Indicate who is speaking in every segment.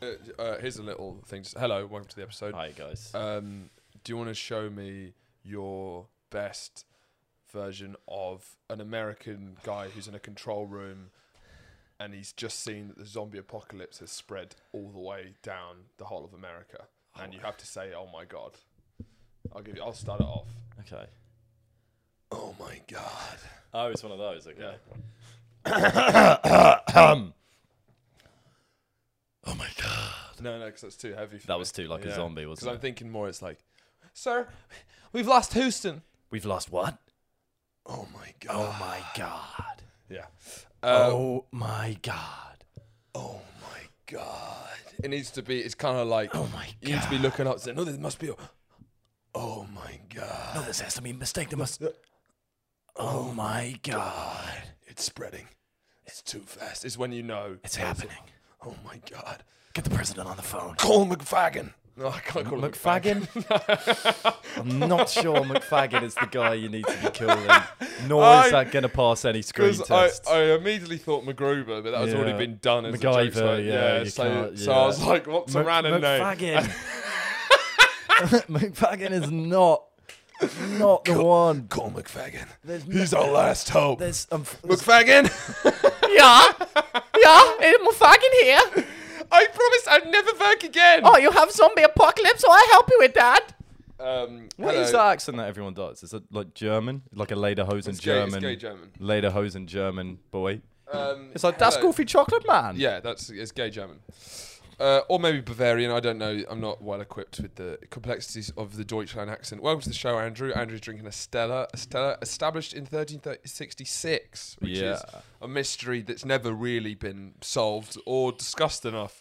Speaker 1: Uh, uh, here's a little thing. Just, hello, welcome to the episode.
Speaker 2: Hi guys.
Speaker 1: Um, do you want to show me your best version of an American guy who's in a control room and he's just seen that the zombie apocalypse has spread all the way down the whole of America? And you have to say, "Oh my god!" I'll give you. I'll start it off.
Speaker 2: okay.
Speaker 1: Oh my god!
Speaker 2: Oh, it's one of those. Okay. oh my god.
Speaker 1: No, no, because that's too heavy. For
Speaker 2: That was too like a zombie,
Speaker 1: Because
Speaker 2: wasn't
Speaker 1: I'm
Speaker 2: it?
Speaker 1: thinking more. It's like, sir, we've lost Houston.
Speaker 2: We've lost what?
Speaker 1: Oh my
Speaker 2: Oh my god.
Speaker 1: Yeah. Um,
Speaker 2: oh my god.
Speaker 1: Oh my god! It needs to be. It's kind of like
Speaker 2: Oh my
Speaker 1: you need to be looking up. Saying, "No, there must be." A, oh my
Speaker 2: No,
Speaker 1: god! Uh,
Speaker 2: this has to be a mistake. There must. Oh my god.
Speaker 1: It's spreading. It's too fast. It's when you know.
Speaker 2: It's happening.
Speaker 1: Oh my god!
Speaker 2: Get the president on the phone.
Speaker 1: Call McFagan. No, I can't call him
Speaker 2: McFagan? I'm not sure McFagan is the guy you need to be calling, nor
Speaker 1: I-
Speaker 2: is that going to pass any screen
Speaker 1: Because I,
Speaker 2: tests.
Speaker 1: I immediately thought MacGruber, but that has already
Speaker 2: Yeah.
Speaker 1: been done as a
Speaker 2: MacGyver,
Speaker 1: joke, so-
Speaker 2: yeah, you
Speaker 1: so,
Speaker 2: can't-
Speaker 1: so
Speaker 2: yeah.
Speaker 1: I was like, what's a
Speaker 2: Mc-
Speaker 1: random name?
Speaker 2: McFagan. McFagan is not not the one.
Speaker 1: Call McFagan.
Speaker 2: There's
Speaker 1: He's our last hope.
Speaker 2: There's um,
Speaker 1: McFagan.
Speaker 3: Ja, ja, I'm fucking here.
Speaker 1: I promise I'd never work again.
Speaker 3: Oh, you have zombie apocalypse? Oh, I help you with that.
Speaker 1: Um,
Speaker 2: what
Speaker 1: hello.
Speaker 2: is that accent that everyone does? Is it like German, like a lederhosen
Speaker 1: It's gay, it's
Speaker 2: German,
Speaker 1: gay German.
Speaker 2: lederhosen German boy?
Speaker 1: Um,
Speaker 2: It's like that's
Speaker 1: hello.
Speaker 2: goofy chocolate man.
Speaker 1: Yeah, that's it's gay German, uh, or maybe Bavarian. I don't know. I'm not well equipped with the complexities of the Deutschland accent. Welcome to the show, Andrew. Andrew's drinking a Stella. A Stella established in 1366, which
Speaker 2: Yeah.
Speaker 1: is a mystery that's never really been solved or discussed enough.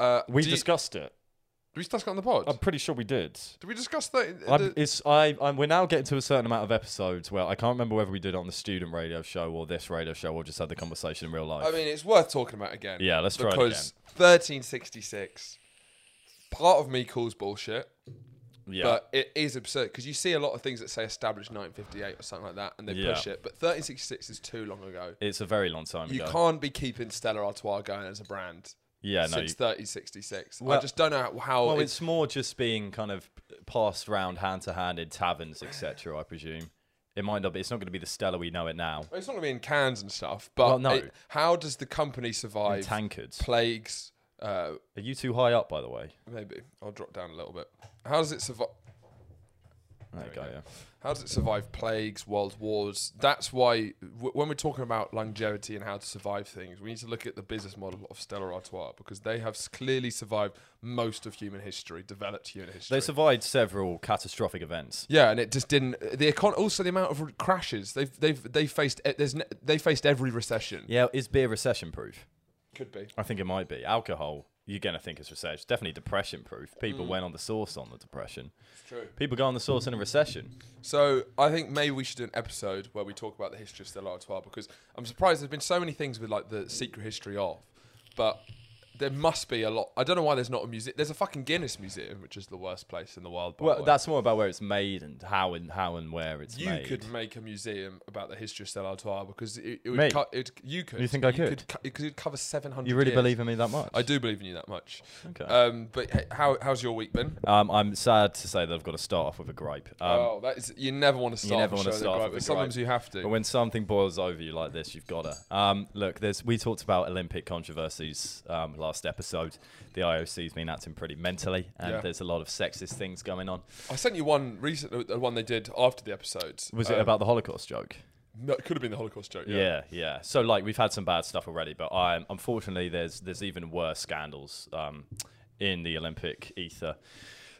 Speaker 1: Uh,
Speaker 2: we
Speaker 1: do you-
Speaker 2: discussed it.
Speaker 1: Did we discuss it on the pod?
Speaker 2: I'm pretty sure we did.
Speaker 1: did we discuss that?
Speaker 2: I'm, it's I. I'm, we're now getting to a certain amount of episodes where I can't remember whether we did it on the student radio show or this radio show or just had the conversation in real life.
Speaker 1: I mean, it's worth talking about again.
Speaker 2: Yeah, let's try it
Speaker 1: Because 1366, part of me calls bullshit,
Speaker 2: yeah,
Speaker 1: but it is absurd because you see a lot of things that say established 1958 or something like that, and they
Speaker 2: Yeah.
Speaker 1: push it. But 1366 is too long ago.
Speaker 2: it's a very long time
Speaker 1: You
Speaker 2: ago.
Speaker 1: can't be keeping Stella Artois going as a brand
Speaker 2: yeah, no.
Speaker 1: since 1366.
Speaker 2: Well-
Speaker 1: I just don't know how.
Speaker 2: well,
Speaker 1: it-
Speaker 2: it's more just being kind of passed round hand to hand in taverns, etc. I presume it might not be. It's not going to be the Stella we know it now.
Speaker 1: it's not going to be in cans and stuff, but
Speaker 2: Well, no.
Speaker 1: it- how does the company
Speaker 2: In
Speaker 1: survive
Speaker 2: tankards.
Speaker 1: plagues? Uh,
Speaker 2: Are you too high up, by the way?
Speaker 1: maybe I'll drop down a little bit. How does it survive?
Speaker 2: There you go. Yeah.
Speaker 1: How does it survive plagues, world wars? That's why w- when we're talking about longevity and how to survive things, we need to look at the business model of Stella Artois because they have s- clearly survived most of human history, developed human history.
Speaker 2: They survived several catastrophic events.
Speaker 1: yeah, and it just didn't. The econ- also the amount of r- crashes they've they've they faced. e- There's n they faced every recession.
Speaker 2: Yeah, is beer recession proof?
Speaker 1: Could be.
Speaker 2: I think it might be. Alcohol, you're going to think it's recession. It's definitely depression proof. People
Speaker 1: Mm-hmm.
Speaker 2: went on the source on the depression. It's
Speaker 1: true.
Speaker 2: People go on the source in a recession.
Speaker 1: So I think maybe we should do an episode where we talk about the history of Stella Artois because I'm surprised there's been so many things with like the secret history of, but there must be a lot. I don't know why there's not a museum. There's a fucking Guinness museum, which is the worst place in the world. By the
Speaker 2: Well,
Speaker 1: way.
Speaker 2: that's more about where it's made and how and how and where it's
Speaker 1: you
Speaker 2: made.
Speaker 1: could make a museum about the history of Stella Artois because it, it
Speaker 2: Me?
Speaker 1: would. Cut, it, you could.
Speaker 2: You think I could?
Speaker 1: co- it could cover 700.
Speaker 2: you really
Speaker 1: years.
Speaker 2: believe in me that much?
Speaker 1: I do believe in you that much.
Speaker 2: Okay.
Speaker 1: Um, but h- how how's your week been?
Speaker 2: Um, I'm sad to say that I've got to start off with a gripe. Um,
Speaker 1: oh, that is you never want to start.
Speaker 2: never
Speaker 1: off a
Speaker 2: wanna
Speaker 1: show with a
Speaker 2: start off
Speaker 1: gripe,
Speaker 2: with
Speaker 1: but
Speaker 2: a
Speaker 1: Sometimes
Speaker 2: gripe.
Speaker 1: you have to.
Speaker 2: But when something boils over you like this, you've got to. Um, look, there's we talked about Olympic controversies um, last episode. The IOC's been acting pretty mentally, and
Speaker 1: Yeah.
Speaker 2: there's a lot of sexist things going on.
Speaker 1: I sent you one recent, the one they did after the episodes.
Speaker 2: Was it
Speaker 1: Um,
Speaker 2: about the Holocaust joke?
Speaker 1: No, it could have been the Holocaust joke. Yeah.
Speaker 2: Yeah. yeah, So like we've had some bad stuff already, but I unfortunately there's there's even worse scandals um, in the Olympic ether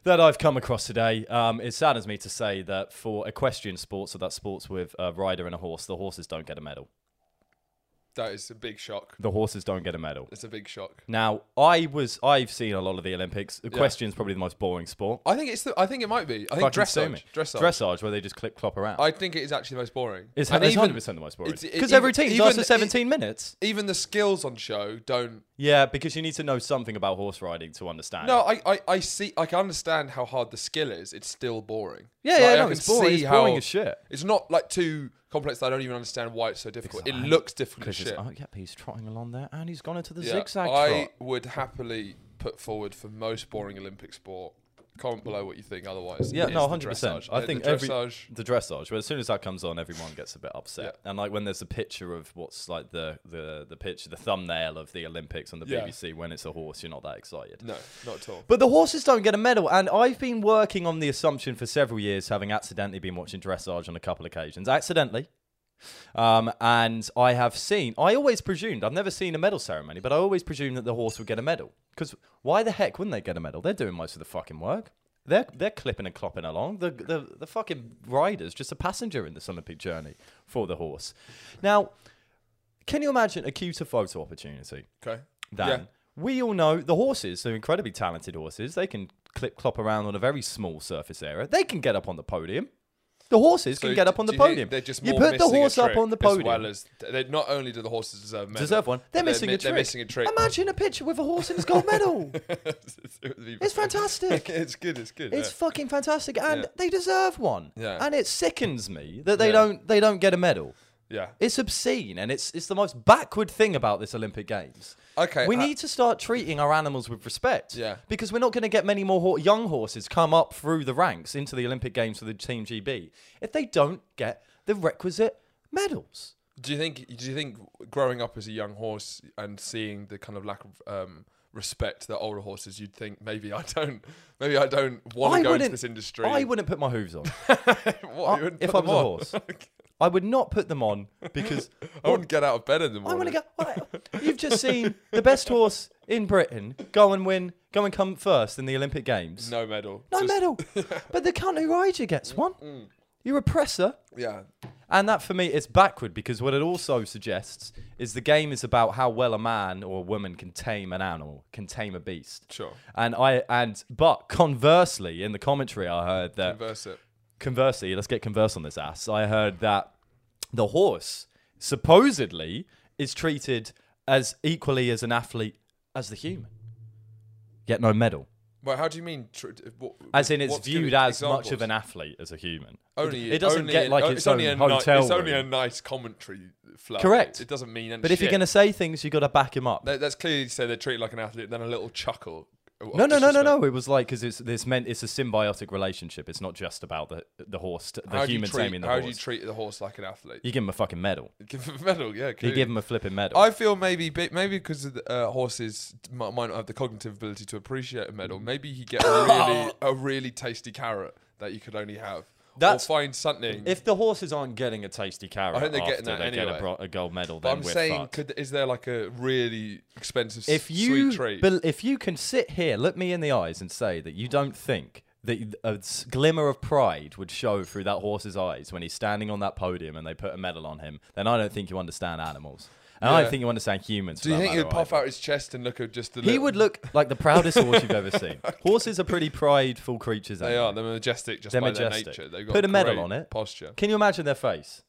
Speaker 2: that I've come across today. Um, it saddens me to say that for equestrian sports, so that's sports with a rider and a horse, the horses don't get a medal.
Speaker 1: That is a big shock.
Speaker 2: The horses don't get a medal.
Speaker 1: It's a big shock.
Speaker 2: Now I was I've seen a lot of the Olympics. Equestrian's probably the most boring sport.
Speaker 1: I think it's the. I think it might be. I think
Speaker 2: Fucking sue
Speaker 1: dressage.
Speaker 2: me.
Speaker 1: Dressage.
Speaker 2: dressage, where they just clip clop around.
Speaker 1: I think it is actually the most boring.
Speaker 2: it's
Speaker 1: And
Speaker 2: it's
Speaker 1: even-
Speaker 2: hundred percent the most boring
Speaker 1: it's- it-
Speaker 2: because every
Speaker 1: even-
Speaker 2: team lasts
Speaker 1: even-
Speaker 2: for seventeen minutes.
Speaker 1: Even the skills on show don't.
Speaker 2: Yeah, because you need to know something about horse riding to understand.
Speaker 1: No, I, I, I see. I can understand how hard the skill is. It's still boring.
Speaker 2: Yeah,
Speaker 1: Like,
Speaker 2: yeah,
Speaker 1: I
Speaker 2: no,
Speaker 1: can
Speaker 2: it's boring.
Speaker 1: see
Speaker 2: It's
Speaker 1: how-
Speaker 2: boring as shit.
Speaker 1: It's not like too complex. That I don't even understand why it's so difficult.
Speaker 2: Exactly.
Speaker 1: It looks difficult as
Speaker 2: because
Speaker 1: shit.
Speaker 2: it's, oh, yep, he's trotting along there and he's gone into the
Speaker 1: Yeah,
Speaker 2: zigzag
Speaker 1: I
Speaker 2: trot.
Speaker 1: would happily put forward for most boring Olympic sport. Comment below what you think. Otherwise,
Speaker 2: Yeah,
Speaker 1: is
Speaker 2: no,
Speaker 1: the
Speaker 2: hundred percent.
Speaker 1: dressage.
Speaker 2: I
Speaker 1: The-
Speaker 2: think
Speaker 1: the
Speaker 2: every
Speaker 1: dressage-
Speaker 2: the dressage. But as soon as that comes on, everyone gets a bit upset. And like when there's a picture of what's like the the the picture, the thumbnail of the Olympics on the
Speaker 1: Yeah.
Speaker 2: BBC when it's a horse, you're not that excited.
Speaker 1: No, not at all.
Speaker 2: But the horses don't get a medal, and I've been working on the assumption for several years, having accidentally been watching dressage on a couple occasions, accidentally. Um, and I have seen, I always presumed, I've never seen a medal ceremony, but I always presumed that the horse would get a medal. Because why the heck wouldn't they get a medal? They're doing most of the fucking work. They're, they're clipping and clopping along. The, the, the fucking rider's just a passenger in this Olympic journey for the horse. Now, can you imagine a cuter photo opportunity?
Speaker 1: okay.
Speaker 2: than
Speaker 1: Yeah.
Speaker 2: we all know the horses are incredibly talented horses. They can clip clop around on a very small surface area. They can get up on the podium. The horses
Speaker 1: So
Speaker 2: can get
Speaker 1: d-
Speaker 2: up on the
Speaker 1: do you think
Speaker 2: podium.
Speaker 1: They're just
Speaker 2: you
Speaker 1: more
Speaker 2: put the
Speaker 1: missing a
Speaker 2: horse up
Speaker 1: trick
Speaker 2: on the podium.
Speaker 1: As well as they, not only do the horses deserve a medal,
Speaker 2: deserve one. They're,
Speaker 1: but
Speaker 2: missing
Speaker 1: mi-
Speaker 2: a trick.
Speaker 1: They're missing a trick.
Speaker 2: Imagine a picture with a horse in his gold medal.
Speaker 1: It would be-
Speaker 2: It's fantastic.
Speaker 1: it's good. It's good.
Speaker 2: It's
Speaker 1: yeah.
Speaker 2: fucking fantastic, and
Speaker 1: Yeah.
Speaker 2: they deserve one.
Speaker 1: Yeah.
Speaker 2: And it sickens me that they
Speaker 1: Yeah.
Speaker 2: don't they don't get a medal.
Speaker 1: yeah.
Speaker 2: It's obscene, and it's it's the most backward thing about this Olympic Games.
Speaker 1: Okay,
Speaker 2: we
Speaker 1: I-
Speaker 2: need to start treating our animals with respect.
Speaker 1: Yeah.
Speaker 2: because we're not going to get many more hor young horses come up through the ranks into the Olympic Games for the Team GB if they don't get the requisite medals.
Speaker 1: Do you think? Do you think growing up as a young horse and seeing the kind of lack of um, respect that older horses, you'd think maybe I don't, maybe I don't want
Speaker 2: I
Speaker 1: to go into
Speaker 2: wouldn't-
Speaker 1: this industry.
Speaker 2: I wouldn't put my hooves on
Speaker 1: What, you wouldn't
Speaker 2: if
Speaker 1: put
Speaker 2: I
Speaker 1: them
Speaker 2: was a
Speaker 1: on?
Speaker 2: horse. I would not put them on because
Speaker 1: I wouldn't get out of bed in the
Speaker 2: I want
Speaker 1: morning.
Speaker 2: to go. I- You've just seen the best horse in Britain go and win, go and come first in the Olympic Games.
Speaker 1: No medal.
Speaker 2: No
Speaker 1: Just- Mm.
Speaker 2: medal. but the cunt who rides you gets one. You're a presser.
Speaker 1: Yeah.
Speaker 2: And that for me is backward because what it also suggests is the game is about how well a man or a woman can tame an animal, can tame a beast.
Speaker 1: Sure.
Speaker 2: And I and but conversely, in the commentary I heard that
Speaker 1: Reverse it.
Speaker 2: conversely, let's get converse on this ass. I heard that the horse supposedly is treated as equally as an athlete as the human. Yet no medal.
Speaker 1: Well, how do you mean? Tr- what,
Speaker 2: As in, it's
Speaker 1: what's good
Speaker 2: viewed as much
Speaker 1: examples?
Speaker 2: of an athlete as a human.
Speaker 1: Only,
Speaker 2: it doesn't
Speaker 1: only
Speaker 2: get
Speaker 1: in-
Speaker 2: like
Speaker 1: oh,
Speaker 2: its,
Speaker 1: only
Speaker 2: own
Speaker 1: a ni-
Speaker 2: hotel
Speaker 1: It's only
Speaker 2: room.
Speaker 1: a nice commentary flow.
Speaker 2: Correct.
Speaker 1: It doesn't mean anything.
Speaker 2: But if you're going to say things, you've got to back him up.
Speaker 1: Let- Let's clearly say they're treated like an athlete, then a little chuckle. of
Speaker 2: no, no, no, no,
Speaker 1: disrespect.
Speaker 2: no. It was like because it's this meant it's a symbiotic relationship. It's not just about the the horse, t- the
Speaker 1: How do you
Speaker 2: human
Speaker 1: treat-
Speaker 2: taming the
Speaker 1: how
Speaker 2: horse.
Speaker 1: do
Speaker 2: You,
Speaker 1: you treat the horse like an athlete?
Speaker 2: give him a fucking medal.
Speaker 1: Give him a medal, yeah.
Speaker 2: You
Speaker 1: clearly.
Speaker 2: give him a flipping medal.
Speaker 1: I feel maybe bi- maybe because of the, uh, horses might, might not have the cognitive ability to appreciate a
Speaker 2: Mm.
Speaker 1: medal. Maybe he get a really a really tasty carrot that you could only have.
Speaker 2: That's-
Speaker 1: or find something.
Speaker 2: if the horses aren't getting a tasty carrot,
Speaker 1: I think they're
Speaker 2: after
Speaker 1: getting that
Speaker 2: they get a,
Speaker 1: anyway.
Speaker 2: bro- a gold medal,
Speaker 1: but
Speaker 2: then
Speaker 1: I'm
Speaker 2: we're
Speaker 1: saying,
Speaker 2: fucked.
Speaker 1: could, is there like a really expensive s-
Speaker 2: if you
Speaker 1: sweet treat?
Speaker 2: bel- if you can sit here, look me in the eyes, and say that you don't think that a s- glimmer of pride would show through that horse's eyes when he's standing on that podium and they put a medal on him, then I don't think you understand animals, and I
Speaker 1: Yeah.
Speaker 2: don't think you understand humans.
Speaker 1: do you think he'd puff out his chest and look at just the?
Speaker 2: He
Speaker 1: little-
Speaker 2: would look like the proudest horse you've ever seen. Horses are pretty prideful creatures. eh?
Speaker 1: They are. They're majestic just
Speaker 2: They're
Speaker 1: by
Speaker 2: majestic.
Speaker 1: their nature. They've got
Speaker 2: Put a medal
Speaker 1: great
Speaker 2: on it.
Speaker 1: Posture.
Speaker 2: Can you imagine their face?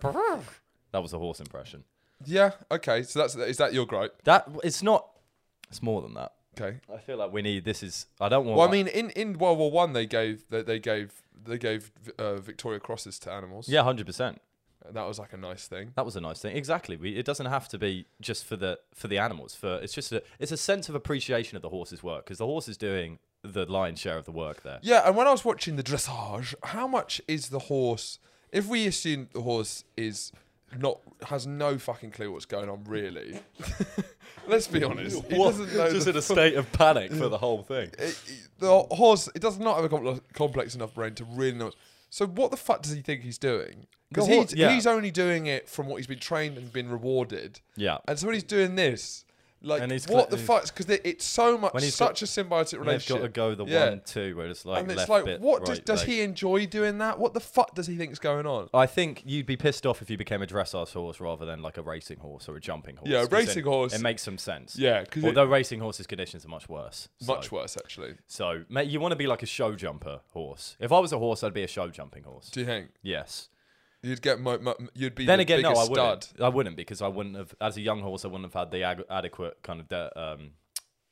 Speaker 2: That was a horse impression.
Speaker 1: Yeah. Okay. So that's is that your gripe?
Speaker 2: That it's not. It's more than that.
Speaker 1: Okay.
Speaker 2: I feel like we need. This is. I don't want.
Speaker 1: Well, I mean, in, in World War One, they gave they, they gave they gave uh, Victoria Crosses to animals.
Speaker 2: yeah, hundred percent.
Speaker 1: that was like a nice thing.
Speaker 2: That was a nice thing. Exactly. We, it doesn't have to be just for the for the animals. For it's just a it's a sense of appreciation of the horse's work because the horse is doing the lion's share of the work there.
Speaker 1: Yeah, and when I was watching the dressage, how much is the horse? If we assume the horse is not has no fucking clue what's going on, really. Let's be honest. He doesn't know the,
Speaker 2: a state of panic for the whole thing.
Speaker 1: it- it- the horse. It does not have a compl- complex enough brain to really know. What, so what the fuck does he think he's doing? Because
Speaker 2: The hor-
Speaker 1: he's,
Speaker 2: yeah.
Speaker 1: he's only doing it from what he's been trained and been rewarded.
Speaker 2: Yeah.
Speaker 1: And so when he's doing this, like,
Speaker 2: And he's cl-
Speaker 1: what the fuck? Because it's so much,
Speaker 2: When he's
Speaker 1: such a symbiotic
Speaker 2: They've
Speaker 1: relationship.
Speaker 2: got to go the
Speaker 1: Yeah.
Speaker 2: one two where it's like
Speaker 1: And
Speaker 2: left
Speaker 1: it's like,
Speaker 2: bit,
Speaker 1: what does,
Speaker 2: right
Speaker 1: does
Speaker 2: leg.
Speaker 1: he enjoy doing that? What the fuck does he think's going on?
Speaker 2: I think you'd be pissed off if you became a dressage horse rather than like a racing horse or a jumping horse.
Speaker 1: Yeah, a
Speaker 2: 'cause then
Speaker 1: racing horse-
Speaker 2: It makes some sense.
Speaker 1: Yeah, 'cause it-
Speaker 2: although racing horses' conditions are much worse. So,
Speaker 1: Much worse, actually.
Speaker 2: So mate, you want to be like a show jumper horse. If I was a horse, I'd be a show jumping horse.
Speaker 1: Do you think
Speaker 2: yes.
Speaker 1: you'd get mo- mo- you'd be
Speaker 2: Then
Speaker 1: the
Speaker 2: again, no, I
Speaker 1: biggest
Speaker 2: wouldn't.
Speaker 1: stud?
Speaker 2: I wouldn't because I wouldn't have, as a young horse, I wouldn't have had the ag- adequate kind of, de- um,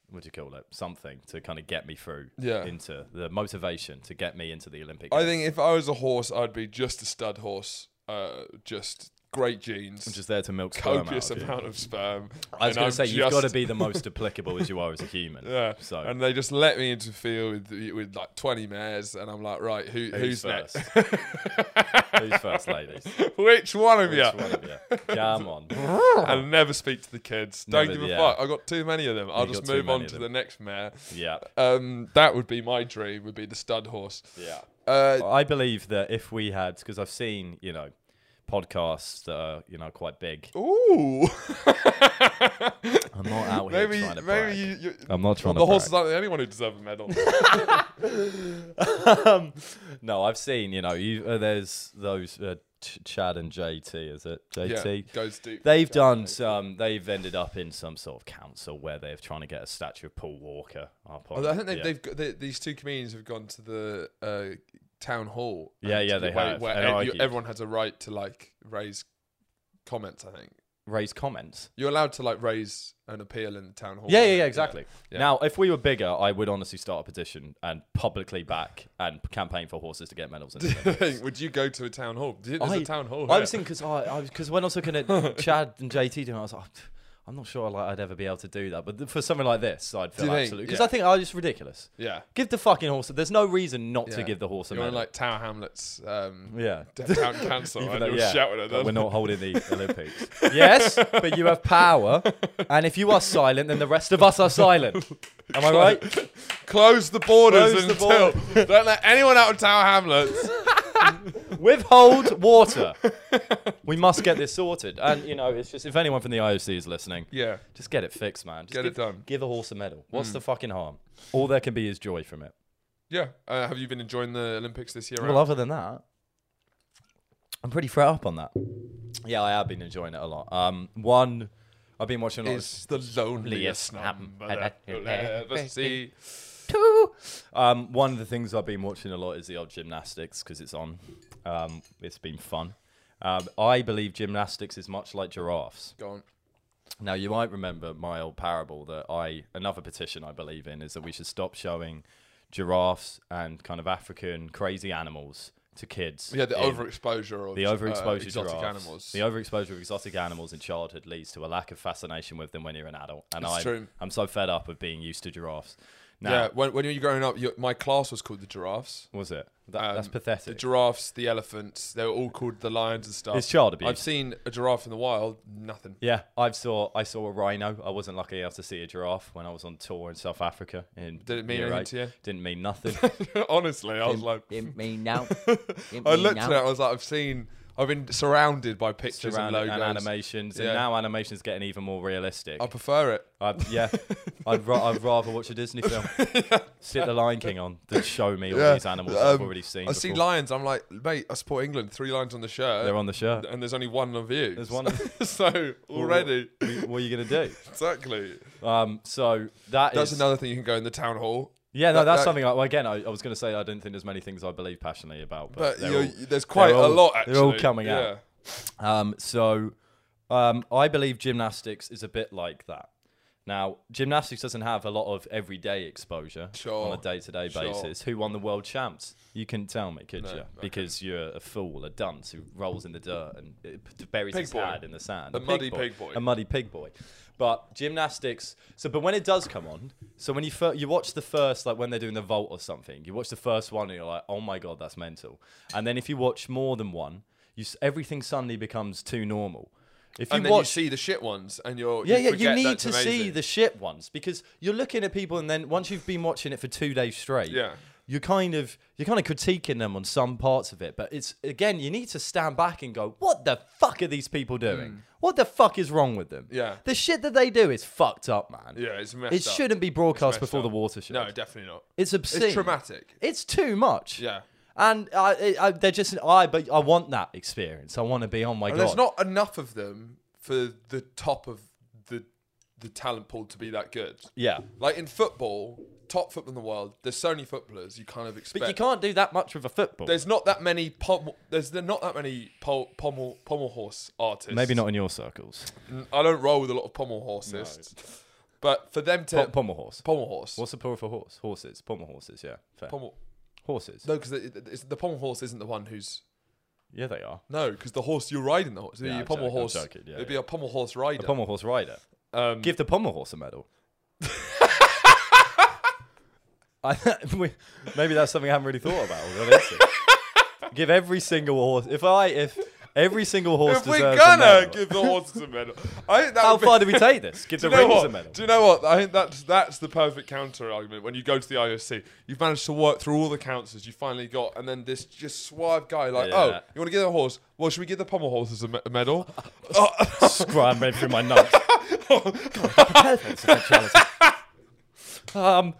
Speaker 2: what do you call it, something to kind of get me through
Speaker 1: Yeah.
Speaker 2: into the motivation to get me into the Olympic.
Speaker 1: I
Speaker 2: Games.
Speaker 1: think if I was a horse, I'd be just a stud horse. Uh, just great genes,
Speaker 2: I'm just there to milk sperm out
Speaker 1: copious
Speaker 2: of you.
Speaker 1: amount of sperm.
Speaker 2: I
Speaker 1: and
Speaker 2: was going
Speaker 1: I'm
Speaker 2: to say you've got to
Speaker 1: just-
Speaker 2: be the most applicable as you are as a human.
Speaker 1: Yeah.
Speaker 2: So
Speaker 1: And they just let me interfere with the- with like 20 mares, and I'm like, right, who, who's, next?
Speaker 2: first? who's first, ladies?
Speaker 1: Which one of
Speaker 2: Which
Speaker 1: you?
Speaker 2: one of you? Come on.
Speaker 1: And never speak to the kids. Don't
Speaker 2: Never-
Speaker 1: give a
Speaker 2: yeah.
Speaker 1: fuck. I got too many of them. I'll
Speaker 2: You
Speaker 1: just
Speaker 2: got too
Speaker 1: move on
Speaker 2: many of
Speaker 1: to the
Speaker 2: them.
Speaker 1: next mare.
Speaker 2: Yeah.
Speaker 1: Um, that would be my dream. Would be the stud horse.
Speaker 2: Yeah.
Speaker 1: Uh,
Speaker 2: I believe that if we had, because I've seen, you know, podcasts that are, you know, quite big.
Speaker 1: ooh.
Speaker 2: I'm not out here
Speaker 1: maybe
Speaker 2: trying to brag.
Speaker 1: maybe you. you
Speaker 2: I'm not trying
Speaker 1: the
Speaker 2: to
Speaker 1: horses
Speaker 2: brag.
Speaker 1: aren't the only one who deserve a medal.
Speaker 2: um, no, I've seen, you know, you, uh, there's those uh, Ch- Chad and JT, is it? JT?
Speaker 1: goes deep.
Speaker 2: They've done some. They've ended up in some sort of council where they're trying to get a statue of Paul Walker up on.
Speaker 1: Although Oh, I think they've,
Speaker 2: yeah.
Speaker 1: they've got, they, these two comedians have gone to the uh, town hall.
Speaker 2: Yeah,
Speaker 1: and
Speaker 2: yeah, they
Speaker 1: where,
Speaker 2: have,
Speaker 1: Where e-
Speaker 2: and
Speaker 1: you-
Speaker 2: argued.
Speaker 1: everyone has a right to like raise comments. I think
Speaker 2: raised comments.
Speaker 1: you're allowed to like raise an appeal in the town hall.
Speaker 2: Yeah, yeah,
Speaker 1: isn't
Speaker 2: yeah,
Speaker 1: it?
Speaker 2: exactly.
Speaker 1: Yeah.
Speaker 2: Now, if we were bigger, I would honestly start a petition and publicly back and campaign for horses to get medals. In the
Speaker 1: The
Speaker 2: Olympics.
Speaker 1: thing, Would you go to a town hall? Do you- There's a
Speaker 2: I-
Speaker 1: town hall.
Speaker 2: I
Speaker 1: here.
Speaker 2: was thinking because I, I was because when I was looking at Chad and JT doing, it, I was like. I'm not sure like, I'd ever be able to do that, but th- for something like this, I'd
Speaker 1: you
Speaker 2: feel
Speaker 1: think-
Speaker 2: absolutely because
Speaker 1: yeah.
Speaker 2: I think oh, it's ridiculous.
Speaker 1: yeah.
Speaker 2: Give the fucking horse. There's no reason not to
Speaker 1: yeah.
Speaker 2: give the horse a
Speaker 1: You're
Speaker 2: medal.
Speaker 1: in like Tower Hamlets, um,
Speaker 2: yeah,
Speaker 1: d- town council,
Speaker 2: Even
Speaker 1: and
Speaker 2: though-
Speaker 1: you're
Speaker 2: yeah,
Speaker 1: shouting at
Speaker 2: but
Speaker 1: them.
Speaker 2: we're not holding the Olympics. yes, but you have power, and if you are silent, then the rest of us are silent. Am I right?
Speaker 1: Close the borders
Speaker 2: Close the
Speaker 1: until don't let anyone out of Tower Hamlets.
Speaker 2: Withhold water. We must get this sorted. And you know, it's just if anyone from the IOC is listening,
Speaker 1: yeah,
Speaker 2: just get it fixed, man. Just
Speaker 1: Get it
Speaker 2: give,
Speaker 1: done.
Speaker 2: Give a horse a medal. What's the fucking harm? All there can be is joy from it.
Speaker 1: yeah. Uh, have you been enjoying the Olympics this year?
Speaker 2: Well, other than that, I'm pretty fret up on that. Yeah, I have been enjoying it a lot. Um, one, I've been watching a lot. of
Speaker 1: is the loneliest
Speaker 2: loneliest
Speaker 1: number
Speaker 2: number
Speaker 1: that
Speaker 2: that
Speaker 1: you'll
Speaker 2: you'll
Speaker 1: ever
Speaker 2: ever
Speaker 1: see.
Speaker 3: Two.
Speaker 2: Um, one of the things I've been watching a lot is the old gymnastics because it's on. Um, it's been fun. Um, I believe gymnastics is much like giraffes.
Speaker 1: Go on.
Speaker 2: Now you might remember my old parable that I another petition I believe in is that we should stop showing giraffes and kind of African crazy animals to kids.
Speaker 1: Yeah, the
Speaker 2: in-
Speaker 1: overexposure of
Speaker 2: the
Speaker 1: uh,
Speaker 2: overexposure
Speaker 1: exotic
Speaker 2: giraffes,
Speaker 1: animals.
Speaker 2: The overexposure of exotic animals in childhood leads to a lack of fascination with them when you're an adult. And
Speaker 1: It's
Speaker 2: I'm,
Speaker 1: true.
Speaker 2: I'm so fed up of being used to giraffes. Now,
Speaker 1: yeah, when, when you were growing up, your, my class was called the giraffes.
Speaker 2: was it? That,
Speaker 1: Um,
Speaker 2: that's
Speaker 1: The
Speaker 2: pathetic.
Speaker 1: giraffes, the elephants, they were all called the lions and stuff.
Speaker 2: It's child abuse.
Speaker 1: I've seen a giraffe in the wild, nothing.
Speaker 2: Yeah, I saw I saw a rhino. I wasn't lucky enough to see a giraffe when I was on tour in South Africa. In
Speaker 1: Did it mean
Speaker 2: year
Speaker 1: anything to
Speaker 2: eight.
Speaker 1: you?
Speaker 2: Didn't mean nothing.
Speaker 1: Honestly, I was like,
Speaker 3: It me now.
Speaker 1: I looked at it, I was like, I've seen, I've been surrounded by pictures
Speaker 2: Surround
Speaker 1: and
Speaker 2: and
Speaker 1: logos.
Speaker 2: animations,
Speaker 1: Yeah.
Speaker 2: and now animation's getting even more realistic.
Speaker 1: I prefer it.
Speaker 2: I'd, yeah, I'd, ra- I'd rather watch a Disney film. Sit the Lion King on than show me all
Speaker 1: Yeah,
Speaker 2: these animals I've
Speaker 1: um,
Speaker 2: already seen.
Speaker 1: I see
Speaker 2: before.
Speaker 1: lions. I'm like, mate, I support England. Three lions on the shirt.
Speaker 2: They're on the shirt.
Speaker 1: and there's only one of you.
Speaker 2: There's one of-
Speaker 1: so already,
Speaker 2: What- what are you gonna do?
Speaker 1: exactly.
Speaker 2: Um, so
Speaker 1: That's
Speaker 2: That's
Speaker 1: another thing you can go in the town hall.
Speaker 2: yeah, no,
Speaker 1: that-
Speaker 2: that's
Speaker 1: that-
Speaker 2: something. I, well, again, I, I was gonna say I don't think there's many things I believe passionately about, but,
Speaker 1: But
Speaker 2: they're
Speaker 1: you're,
Speaker 2: all-
Speaker 1: there's quite a
Speaker 2: all-
Speaker 1: lot. Actually,
Speaker 2: they're all coming
Speaker 1: yeah.
Speaker 2: out. Um, so um, I believe gymnastics is a bit like that. Now, gymnastics doesn't have a lot of everyday exposure
Speaker 1: Sure,
Speaker 2: on a day-to-day
Speaker 1: sure.
Speaker 2: basis. Who won the world champs? You can tell me, could
Speaker 1: No,
Speaker 2: you?
Speaker 1: okay.
Speaker 2: Because you're a fool, a dunce who rolls in the dirt and uh, p- buries
Speaker 1: Pig
Speaker 2: his
Speaker 1: boy.
Speaker 2: head in the sand.
Speaker 1: A muddy pig boy.
Speaker 2: A muddy pig boy. But gymnastics. So, but when it does come on, so when you fir- you watch the first, like when they're doing the vault or something, you watch the first one and you're like, oh my god, that's mental. And then if you watch more than one, you s- everything suddenly becomes too normal. If you
Speaker 1: And then
Speaker 2: watch,
Speaker 1: you see the shit ones, and you're
Speaker 2: yeah, yeah,
Speaker 1: forget
Speaker 2: you need
Speaker 1: that's
Speaker 2: to see
Speaker 1: amazing.
Speaker 2: the shit ones because you're looking at people, and then once you've been watching it for two days straight,
Speaker 1: Yeah.
Speaker 2: you're kind of you're kind of critiquing them on some parts of it. But it's again, you need to stand back and go, what the fuck are these people doing? What the fuck is wrong with them?
Speaker 1: Mm. Yeah.
Speaker 2: the shit that they do is fucked up, man.
Speaker 1: Yeah, it's messed
Speaker 2: it
Speaker 1: up.
Speaker 2: shouldn't be
Speaker 1: Messed
Speaker 2: broadcast before
Speaker 1: up.
Speaker 2: the watershed.
Speaker 1: No, definitely not.
Speaker 2: it's obscene.
Speaker 1: It's traumatic.
Speaker 2: It's too much.
Speaker 1: Yeah.
Speaker 2: And I, I, they're just I, but I want that experience. I want to be on my
Speaker 1: And
Speaker 2: god.
Speaker 1: there's not enough of them for the top of the the talent pool to be that good.
Speaker 2: yeah,
Speaker 1: Like in football, top football in the world, there's so many footballers you kind of expect.
Speaker 2: but you can't do that much with a football.
Speaker 1: There's not that many pommel. There's there not that many pol- pommel pommel horse artists.
Speaker 2: Maybe not in your circles.
Speaker 1: I don't roll with a lot of pommel horsists. But for them to
Speaker 2: P- pommel horse.
Speaker 1: pommel horse,
Speaker 2: What's the plural for horse? Horses. Pommel horses. Yeah. Fair.
Speaker 1: pommel?
Speaker 2: horses.
Speaker 1: No, because the, the pommel horse isn't the one who's
Speaker 2: Yeah, they are.
Speaker 1: No, because the horse you're riding, the horse,
Speaker 2: Yeah,
Speaker 1: the
Speaker 2: I'm
Speaker 1: pommel
Speaker 2: joking, I'm
Speaker 1: horse,
Speaker 2: joking, yeah,
Speaker 1: it'd be
Speaker 2: yeah.
Speaker 1: a pommel horse rider.
Speaker 2: A pommel horse rider.
Speaker 1: um,
Speaker 2: Give the pommel horse a medal. I, we- maybe that's something I haven't really thought about. I'll be honest with you. Give every single horse. If I if every single horse
Speaker 1: if we're
Speaker 2: deserves a
Speaker 1: gonna
Speaker 2: medal,
Speaker 1: give the horses a medal, I think that
Speaker 2: how
Speaker 1: would be-
Speaker 2: far do we take this? Give
Speaker 1: Do
Speaker 2: the
Speaker 1: you know
Speaker 2: rings
Speaker 1: what?
Speaker 2: a medal.
Speaker 1: Do you know what? I think that's that's the perfect counter argument. When you go to the IOC, you've managed to work through all the counters you finally got, and then this just suave guy like,
Speaker 2: Yeah.
Speaker 1: oh, you want to give the horse? Well, should we give the pommel horses a, me- a medal? oh,
Speaker 2: Scrambling through my notes. God, I'm prepared for this eventuality. um,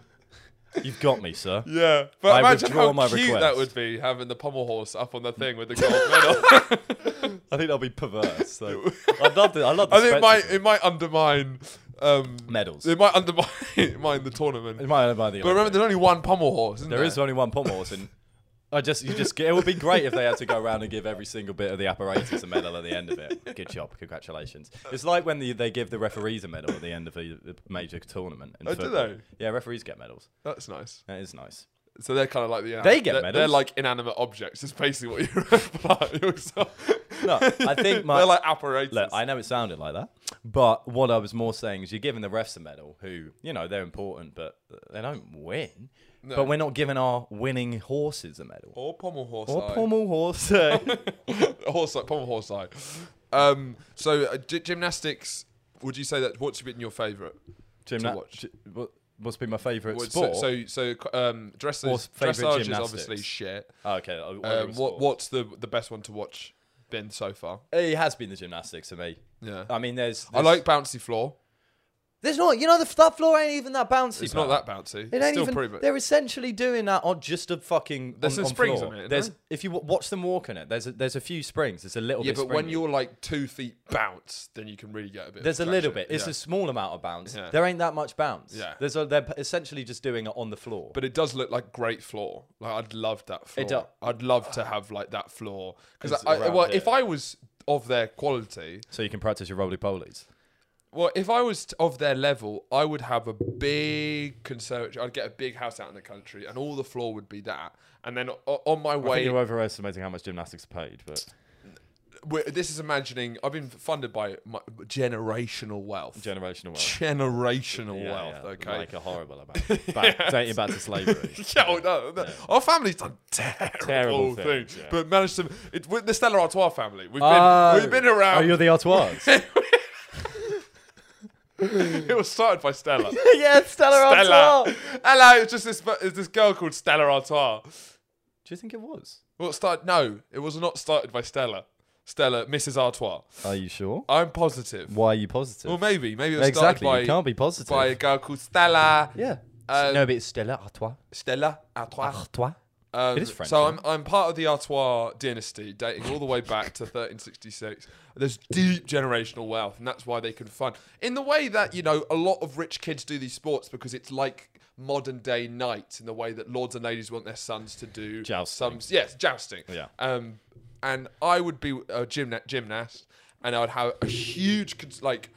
Speaker 2: you've got me, sir.
Speaker 1: yeah, but
Speaker 2: I
Speaker 1: imagine
Speaker 2: withdraw
Speaker 1: how
Speaker 2: my
Speaker 1: cute
Speaker 2: request.
Speaker 1: that would be having the pommel horse up on the thing with the gold medal.
Speaker 2: I think that'll be perverse. So I love the I love the
Speaker 1: I think it might
Speaker 2: spectacle.
Speaker 1: it might undermine um,
Speaker 2: medals.
Speaker 1: It might undermine mine the tournament.
Speaker 2: It might by the
Speaker 1: But remember, there's only one pommel horse. Isn't there,
Speaker 2: There is only one pommel horse, and I just you just get, it would be great if they had to go around and give every single bit of the apparatus a medal at the end of it. Good job, congratulations. It's like when the, they give the referees a medal at the end of a, a major tournament. in
Speaker 1: Oh, do
Speaker 2: football.
Speaker 1: they?
Speaker 2: Yeah, referees get medals.
Speaker 1: That's nice.
Speaker 2: That is nice.
Speaker 1: So they're kind of like the inanimate,
Speaker 2: They get
Speaker 1: they're,
Speaker 2: medals.
Speaker 1: They're like inanimate objects. That's basically what you're implying yourself.
Speaker 2: No, I think my
Speaker 1: they're like apparatus.
Speaker 2: look. I know it sounded like that, but what I was more saying is you're giving the refs a medal, who you know they're important, but they don't win. But we're not giving our winning horses a medal.
Speaker 1: or pommel horse.
Speaker 2: Or
Speaker 1: eye.
Speaker 2: pommel horse.
Speaker 1: horse eye, pommel horse eye. Um, so uh, gy- gymnastics. Would you say that what's been your favourite?
Speaker 2: Gymna-
Speaker 1: watch.
Speaker 2: g- what- What's been my favourite
Speaker 1: What-
Speaker 2: sport?
Speaker 1: So so, so um, dressage,
Speaker 2: What's favourite
Speaker 1: dressage is
Speaker 2: gymnastics?
Speaker 1: obviously shit.
Speaker 2: Oh, okay. I- I thought it
Speaker 1: Um,
Speaker 2: was
Speaker 1: what
Speaker 2: sport.
Speaker 1: what's the the best one to watch been so far?
Speaker 2: It has been the gymnastics to me.
Speaker 1: Yeah,
Speaker 2: I mean, there's.
Speaker 1: I
Speaker 2: there's-
Speaker 1: like bouncy floor.
Speaker 2: There's not. You know, the that floor ain't even that bouncy.
Speaker 1: It's not
Speaker 2: pal.
Speaker 1: that bouncy.
Speaker 2: It
Speaker 1: It's
Speaker 2: ain't
Speaker 1: still
Speaker 2: even.
Speaker 1: pretty. much-
Speaker 2: They're essentially doing that on just a fucking.
Speaker 1: There's some
Speaker 2: on, on
Speaker 1: springs
Speaker 2: floor.
Speaker 1: on it, isn't
Speaker 2: There's
Speaker 1: there?
Speaker 2: if you w- watch them walking it. There's a, there's a few springs. It's a little
Speaker 1: Yeah,
Speaker 2: bit.
Speaker 1: but when
Speaker 2: springy.
Speaker 1: you're like two feet bounce, then you can really get a bit. of
Speaker 2: There's a little bit.
Speaker 1: traction.
Speaker 2: It's
Speaker 1: Yeah.
Speaker 2: a small amount of bounce.
Speaker 1: Yeah.
Speaker 2: There ain't that much bounce.
Speaker 1: Yeah.
Speaker 2: There's a, they're essentially just doing it on the floor.
Speaker 1: But it does look like great floor. Like I'd love that floor.
Speaker 2: do-
Speaker 1: I'd love to have like that floor because
Speaker 2: It's
Speaker 1: I,
Speaker 2: around
Speaker 1: well, if
Speaker 2: here.
Speaker 1: I was of their quality,
Speaker 2: so you can practice your roly polies.
Speaker 1: well, if I was t- of their level, I would have a big conservatory. I'd get a big house out in the country, and all the floor would be that. And then o- on my
Speaker 2: I think
Speaker 1: way,
Speaker 2: you're overestimating how much gymnastics are paid, but
Speaker 1: we're- this is imagining. I've been funded by my generational wealth.
Speaker 2: generational wealth.
Speaker 1: generational
Speaker 2: Yeah,
Speaker 1: wealth.
Speaker 2: yeah,
Speaker 1: Okay.
Speaker 2: like a horrible amount. Back, Dating back to slavery.
Speaker 1: Yeah, oh, no, no. Our family's done terrible,
Speaker 2: Terrible
Speaker 1: things,
Speaker 2: things, yeah.
Speaker 1: but managed to. It, with the Stella Artois family, we've been
Speaker 2: Oh.
Speaker 1: we've been
Speaker 2: Oh,
Speaker 1: around.
Speaker 2: you're the Artois.
Speaker 1: it was started by Stella.
Speaker 3: yeah, Stella,
Speaker 1: Stella.
Speaker 3: Artois.
Speaker 1: Hello, it's just this. It's this girl called Stella Artois.
Speaker 2: Do you think it was?
Speaker 1: Well, it started. No, it was not started by Stella. Stella, Mrs. Artois.
Speaker 2: Are you sure?
Speaker 1: I'm positive.
Speaker 2: Why are you positive?
Speaker 1: Well, maybe, maybe it was
Speaker 2: exactly. you
Speaker 1: started by
Speaker 2: can't be positive.
Speaker 1: by a girl called Stella.
Speaker 2: yeah.
Speaker 1: Um,
Speaker 2: no, but it's Stella Artois.
Speaker 1: Stella Artois.
Speaker 2: Artois.
Speaker 1: Um,
Speaker 2: It is French,
Speaker 1: So
Speaker 2: yeah.
Speaker 1: I'm, I'm part of the Artois dynasty, dating all the way back to 1366. There's deep generational wealth, and that's why they can fund. In the way that, you know, a lot of rich kids do these sports because it's like modern day knights in the way that lords and ladies want their sons to do. Some,
Speaker 2: Jousting.
Speaker 1: yes, jousting.
Speaker 2: Yeah.
Speaker 1: Um, and I would be a gymna- gymnast, and I would have a huge, cons- like,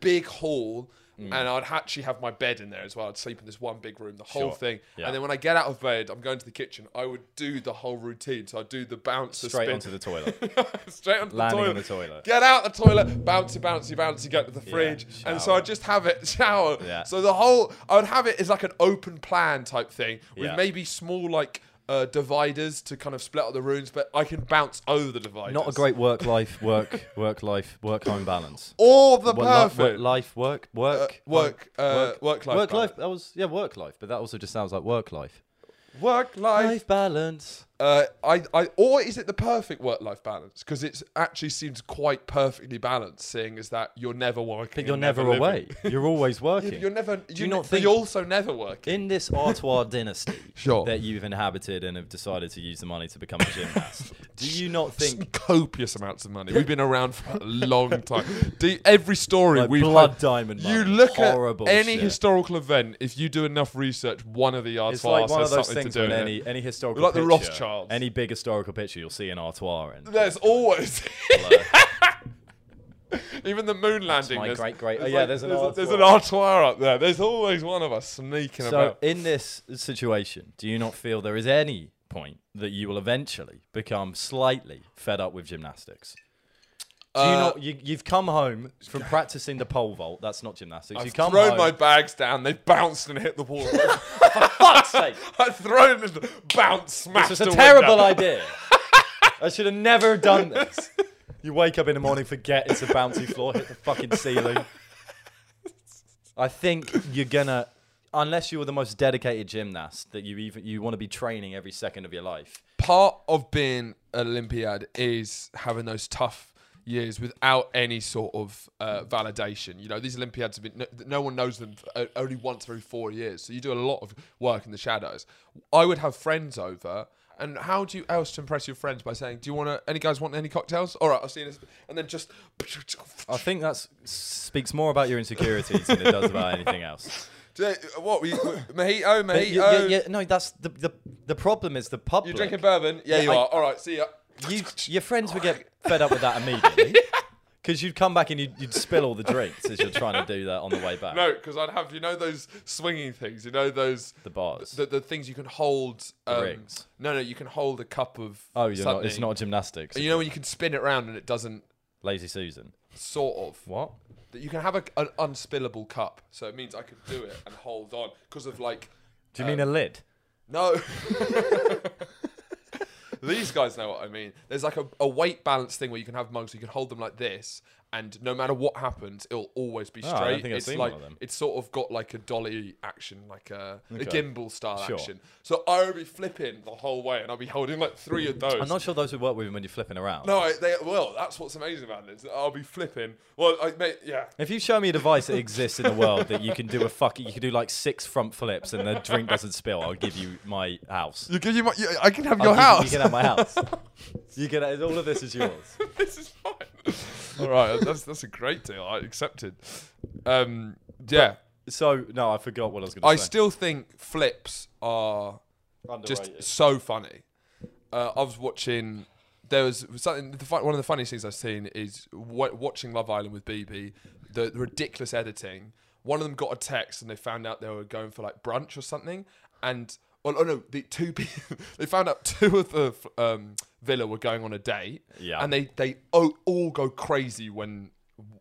Speaker 1: big hall.
Speaker 2: Mm.
Speaker 1: And I'd actually have my bed in there as well. I'd sleep in this one big room, the whole
Speaker 2: Sure.
Speaker 1: thing.
Speaker 2: Yeah.
Speaker 1: And then when I get out of bed, I'm going to the kitchen. I would do the whole routine. So I'd do the bounce, the
Speaker 2: Straight
Speaker 1: spin,
Speaker 2: onto the toilet.
Speaker 1: straight onto the
Speaker 2: landing on
Speaker 1: toilet.
Speaker 2: the toilet.
Speaker 1: Get out the toilet, bouncy, bouncy, bouncy, go to the fridge. and so
Speaker 2: shower.
Speaker 1: I just have it shower.
Speaker 2: Yeah.
Speaker 1: So the whole I would have it as like an open plan type thing with
Speaker 2: Yeah.
Speaker 1: maybe small like uh, dividers to kind of split up the rooms, but I can bounce over the dividers.
Speaker 2: Not a great work life work work life work home balance.
Speaker 1: or the
Speaker 2: Well, li-
Speaker 1: perfect
Speaker 2: work life work work
Speaker 1: work, uh, work life.
Speaker 2: work life. That was yeah work life, but that also just sounds like work life.
Speaker 1: Work life.
Speaker 2: Life balance.
Speaker 1: Uh, I, I, or is it the perfect work-life balance? Because it actually seems quite perfectly balanced, seeing as that you're never working,
Speaker 2: But you're
Speaker 1: and
Speaker 2: never,
Speaker 1: living.
Speaker 2: away. You're always working.
Speaker 1: You're never. You,
Speaker 2: you not
Speaker 1: not
Speaker 2: think-
Speaker 1: You're also never working.
Speaker 2: in this Artois dynasty
Speaker 1: Sure.
Speaker 2: that you've inhabited and have decided to use the money to become a gymnast, do you not think
Speaker 1: Copious amounts of money. We've been around for a long time. Do- every story
Speaker 2: Like
Speaker 1: we've
Speaker 2: blood
Speaker 1: had-
Speaker 2: diamond
Speaker 1: You
Speaker 2: money.
Speaker 1: look
Speaker 2: Horrible
Speaker 1: at any
Speaker 2: shit.
Speaker 1: historical event. If you do enough research, one of the arts
Speaker 2: it's like
Speaker 1: has
Speaker 2: one of those
Speaker 1: something
Speaker 2: things
Speaker 1: to do
Speaker 2: when
Speaker 1: with it.
Speaker 2: any any historical
Speaker 1: Like the
Speaker 2: picture,
Speaker 1: Rothschilds.
Speaker 2: any big historical picture you'll see an Artois in.
Speaker 1: There's always. Even the moon landing.
Speaker 2: my
Speaker 1: there's-
Speaker 2: great-great- oh, yeah,
Speaker 1: like-
Speaker 2: there's an
Speaker 1: there's
Speaker 2: Artois.
Speaker 1: an Artois up there. There's always one of us sneaking
Speaker 2: so
Speaker 1: about.
Speaker 2: in this situation, do you not feel there is any point that you will eventually become slightly fed up with gymnastics? Do you
Speaker 1: Uh,
Speaker 2: not, you, you've come home from practicing the pole vault. That's not gymnastics. you
Speaker 1: I've
Speaker 2: come
Speaker 1: thrown
Speaker 2: home.
Speaker 1: my bags down. They bounced and hit the wall.
Speaker 2: fuck's sake.
Speaker 1: I've thrown and bounced, smashed.
Speaker 2: This was a
Speaker 1: the
Speaker 2: terrible
Speaker 1: window.
Speaker 2: idea. I should have never done this. You wake up in the morning, forget it's a bouncy floor, hit the fucking ceiling. I think you're gonna, unless you were the most dedicated gymnast that you even you want to be training every second of your life.
Speaker 1: Part of being an Olympiad is having those tough years without any sort of uh, validation. You know, these Olympiads have been no, no one knows them uh, only once every four years, so you do a lot of work in the shadows. I would have friends over. And how do you else to impress your friends by saying, "Do you want to? Any guys want any cocktails? All right, I'll see you." In this. And then just
Speaker 2: I think that speaks more about your insecurities than it does about anything else.
Speaker 1: Do- what we, mojito,
Speaker 2: But you-
Speaker 1: mojito.
Speaker 2: you- you- no, that's the, the the problem is the
Speaker 1: You're
Speaker 2: public.
Speaker 1: drinking bourbon? Yeah,
Speaker 2: Yeah,
Speaker 1: you
Speaker 2: I-
Speaker 1: are. All right, see ya.
Speaker 2: you, your friends would get fed up with that immediately because you'd come back and you'd, you'd spill all the drinks as you're trying to do that on the way back.
Speaker 1: No, because I'd have you know those swinging things. You know those
Speaker 2: The bars.
Speaker 1: the, the things you can hold. Um,
Speaker 2: rings.
Speaker 1: No, no, you can hold a cup of.
Speaker 2: oh, you're not, it's
Speaker 1: something.
Speaker 2: not gymnastics.
Speaker 1: You know when you can spin it around and it doesn't
Speaker 2: Lazy Susan.
Speaker 1: sort of.
Speaker 2: What?
Speaker 1: That you can have a, an unspillable cup, so it means I could do it and hold on because of like
Speaker 2: Do you mean a lid?
Speaker 1: No. These guys know what I mean. There's like a, a weight balance thing where you can have mugs, you can hold them like this, and no matter what happens, it'll always be
Speaker 2: Oh, I
Speaker 1: straight.
Speaker 2: don't think I've
Speaker 1: it's
Speaker 2: seen
Speaker 1: like
Speaker 2: one of them.
Speaker 1: it's sort of got like a dolly action, like a, a
Speaker 2: Okay.
Speaker 1: gimbal style
Speaker 2: Sure.
Speaker 1: action. So I will be flipping the whole way, and I'll be holding like three of those.
Speaker 2: I'm not sure those would work with you when you're flipping around.
Speaker 1: no, I, they well, that's what's amazing about this. I'll be flipping. Well, I mate, yeah.
Speaker 2: If you show me a device that exists in the world that you can do a fucking, you can do like six front flips and the drink doesn't spill, I'll give you my house.
Speaker 1: You give you my. I can have
Speaker 2: I'll give you- You can have my house. You can. All of this is yours.
Speaker 1: this is fine. All right, that's that's a great deal. I accepted. Um, yeah,
Speaker 2: So no, I forgot what I was going to
Speaker 1: I
Speaker 2: say.
Speaker 1: still think flips are just
Speaker 2: Underrated.
Speaker 1: so funny. Uh, I was watching. There was something. The, fun- one of the funniest things I've seen is wa- watching Love Island with BB. The, the ridiculous editing. One of them got a text and they found out they were going for like brunch or something. And well, oh no, the two people they found out two of the um, villa were going on a date.
Speaker 2: Yeah.
Speaker 1: And they they o- all go crazy when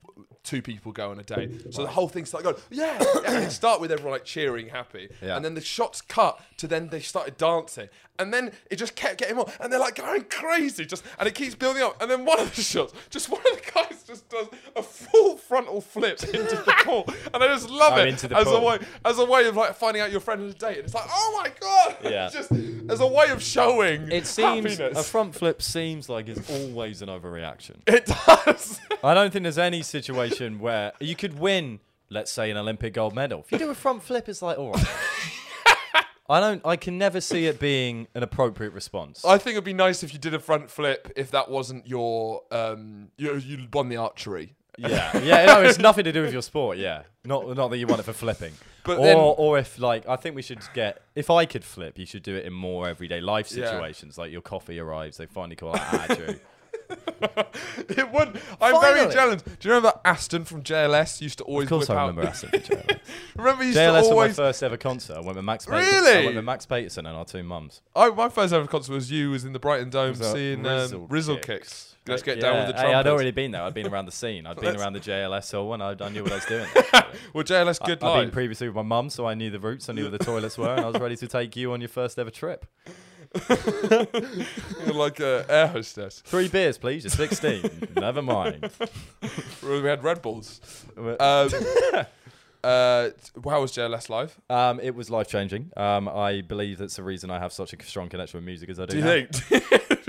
Speaker 1: w- two people go on a date. So the whole thing started going, yeah. and they start with everyone like cheering, happy,
Speaker 2: Yeah.
Speaker 1: and then the shots cut to then they started dancing, and then it just kept getting more, and they're like going crazy, just and it keeps building up, and then one of the shots, just one of the guys just does a full frontal flip into the pool, and I just love it
Speaker 2: I'm into the
Speaker 1: as a
Speaker 2: pool.
Speaker 1: way as a way of like finding out your friend on a date, and it's like, oh my god,
Speaker 2: Yeah.
Speaker 1: It's just as a way of showing
Speaker 2: It seems a
Speaker 1: happiness.
Speaker 2: front flip seems like it's always an overreaction.
Speaker 1: it does.
Speaker 2: I don't think there's any situation where you could win, let's say, an Olympic gold medal. If you do a front flip, it's like, all right. I don't. I can never see it being an appropriate response.
Speaker 1: I think it'd be nice if you did a front flip if that wasn't your um you you won the archery.
Speaker 2: yeah, yeah. No, it's nothing to do with your sport. Yeah, not not that you want it for flipping.
Speaker 1: But
Speaker 2: or
Speaker 1: then-
Speaker 2: or if like I think we should get if I could flip, you should do it in more everyday life
Speaker 1: Yeah.
Speaker 2: situations. Like your coffee arrives, they finally call out "Ah, Andrew.
Speaker 1: It would. I'm very
Speaker 2: Finally.
Speaker 1: challenged. Do you remember Aston from JLS used to always
Speaker 2: Of course,
Speaker 1: whip
Speaker 2: I
Speaker 1: out?
Speaker 2: remember Aston Fitzgerald.
Speaker 1: Remember he used
Speaker 2: JLS
Speaker 1: to
Speaker 2: on my
Speaker 1: always.
Speaker 2: first ever concert. I went with Max. Paterson- I
Speaker 1: Really?
Speaker 2: went with Max Paterson and our two mums.
Speaker 1: I, my first ever concert was you was in the Brighton Dome
Speaker 2: So,
Speaker 1: seeing um, Rizzle kicks. Let's
Speaker 2: Like,
Speaker 1: get down with the
Speaker 2: yeah.
Speaker 1: trumpets.
Speaker 2: Hey, I'd already been there. I'd been around the scene. I'd been around the JLSL and I, I knew what I was doing.
Speaker 1: well, JLS good
Speaker 2: I'd been
Speaker 1: life.
Speaker 2: previously with my mum, so I knew the routes. I knew where the toilets were, and I was ready to take you on your first ever trip.
Speaker 1: You're like a air hostess.
Speaker 2: Three beers, please. You're 16. Never mind.
Speaker 1: we had Red Bulls. Um, uh, how was JLS live?
Speaker 2: Um, it was life changing. Um, I believe that's the reason I have such a strong connection with music as I do. now.
Speaker 1: think?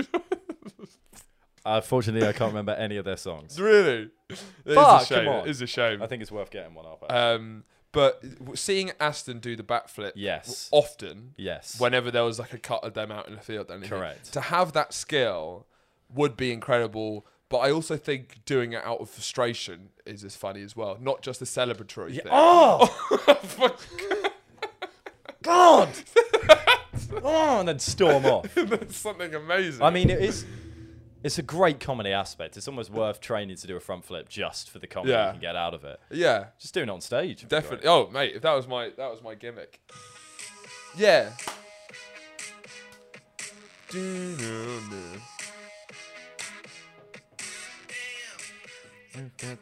Speaker 2: Unfortunately, I can't remember any of their songs.
Speaker 1: really? It is a
Speaker 2: Fuck,
Speaker 1: shame.
Speaker 2: come on.
Speaker 1: It is a shame.
Speaker 2: I think it's worth getting one up.
Speaker 1: Um, but w- seeing Aston do the backflip
Speaker 2: Yes.
Speaker 1: w- often,
Speaker 2: yes.
Speaker 1: whenever there was like a cut of them out in the field, or anything,
Speaker 2: Correct.
Speaker 1: To have that skill would be incredible. But I also think doing it out of frustration is as funny as well, not just the celebratory thing.
Speaker 2: Oh! God! oh, and then storm off.
Speaker 1: That's something amazing.
Speaker 2: I mean, it is. It's a great comedy aspect. It's almost worth training to do a front flip just for the comedy
Speaker 1: Yeah.
Speaker 2: you can get out of it.
Speaker 1: yeah,
Speaker 2: Just doing it on stage. would be
Speaker 1: definitely.
Speaker 2: great.
Speaker 1: Oh, mate, if that was my that was my gimmick. Yeah.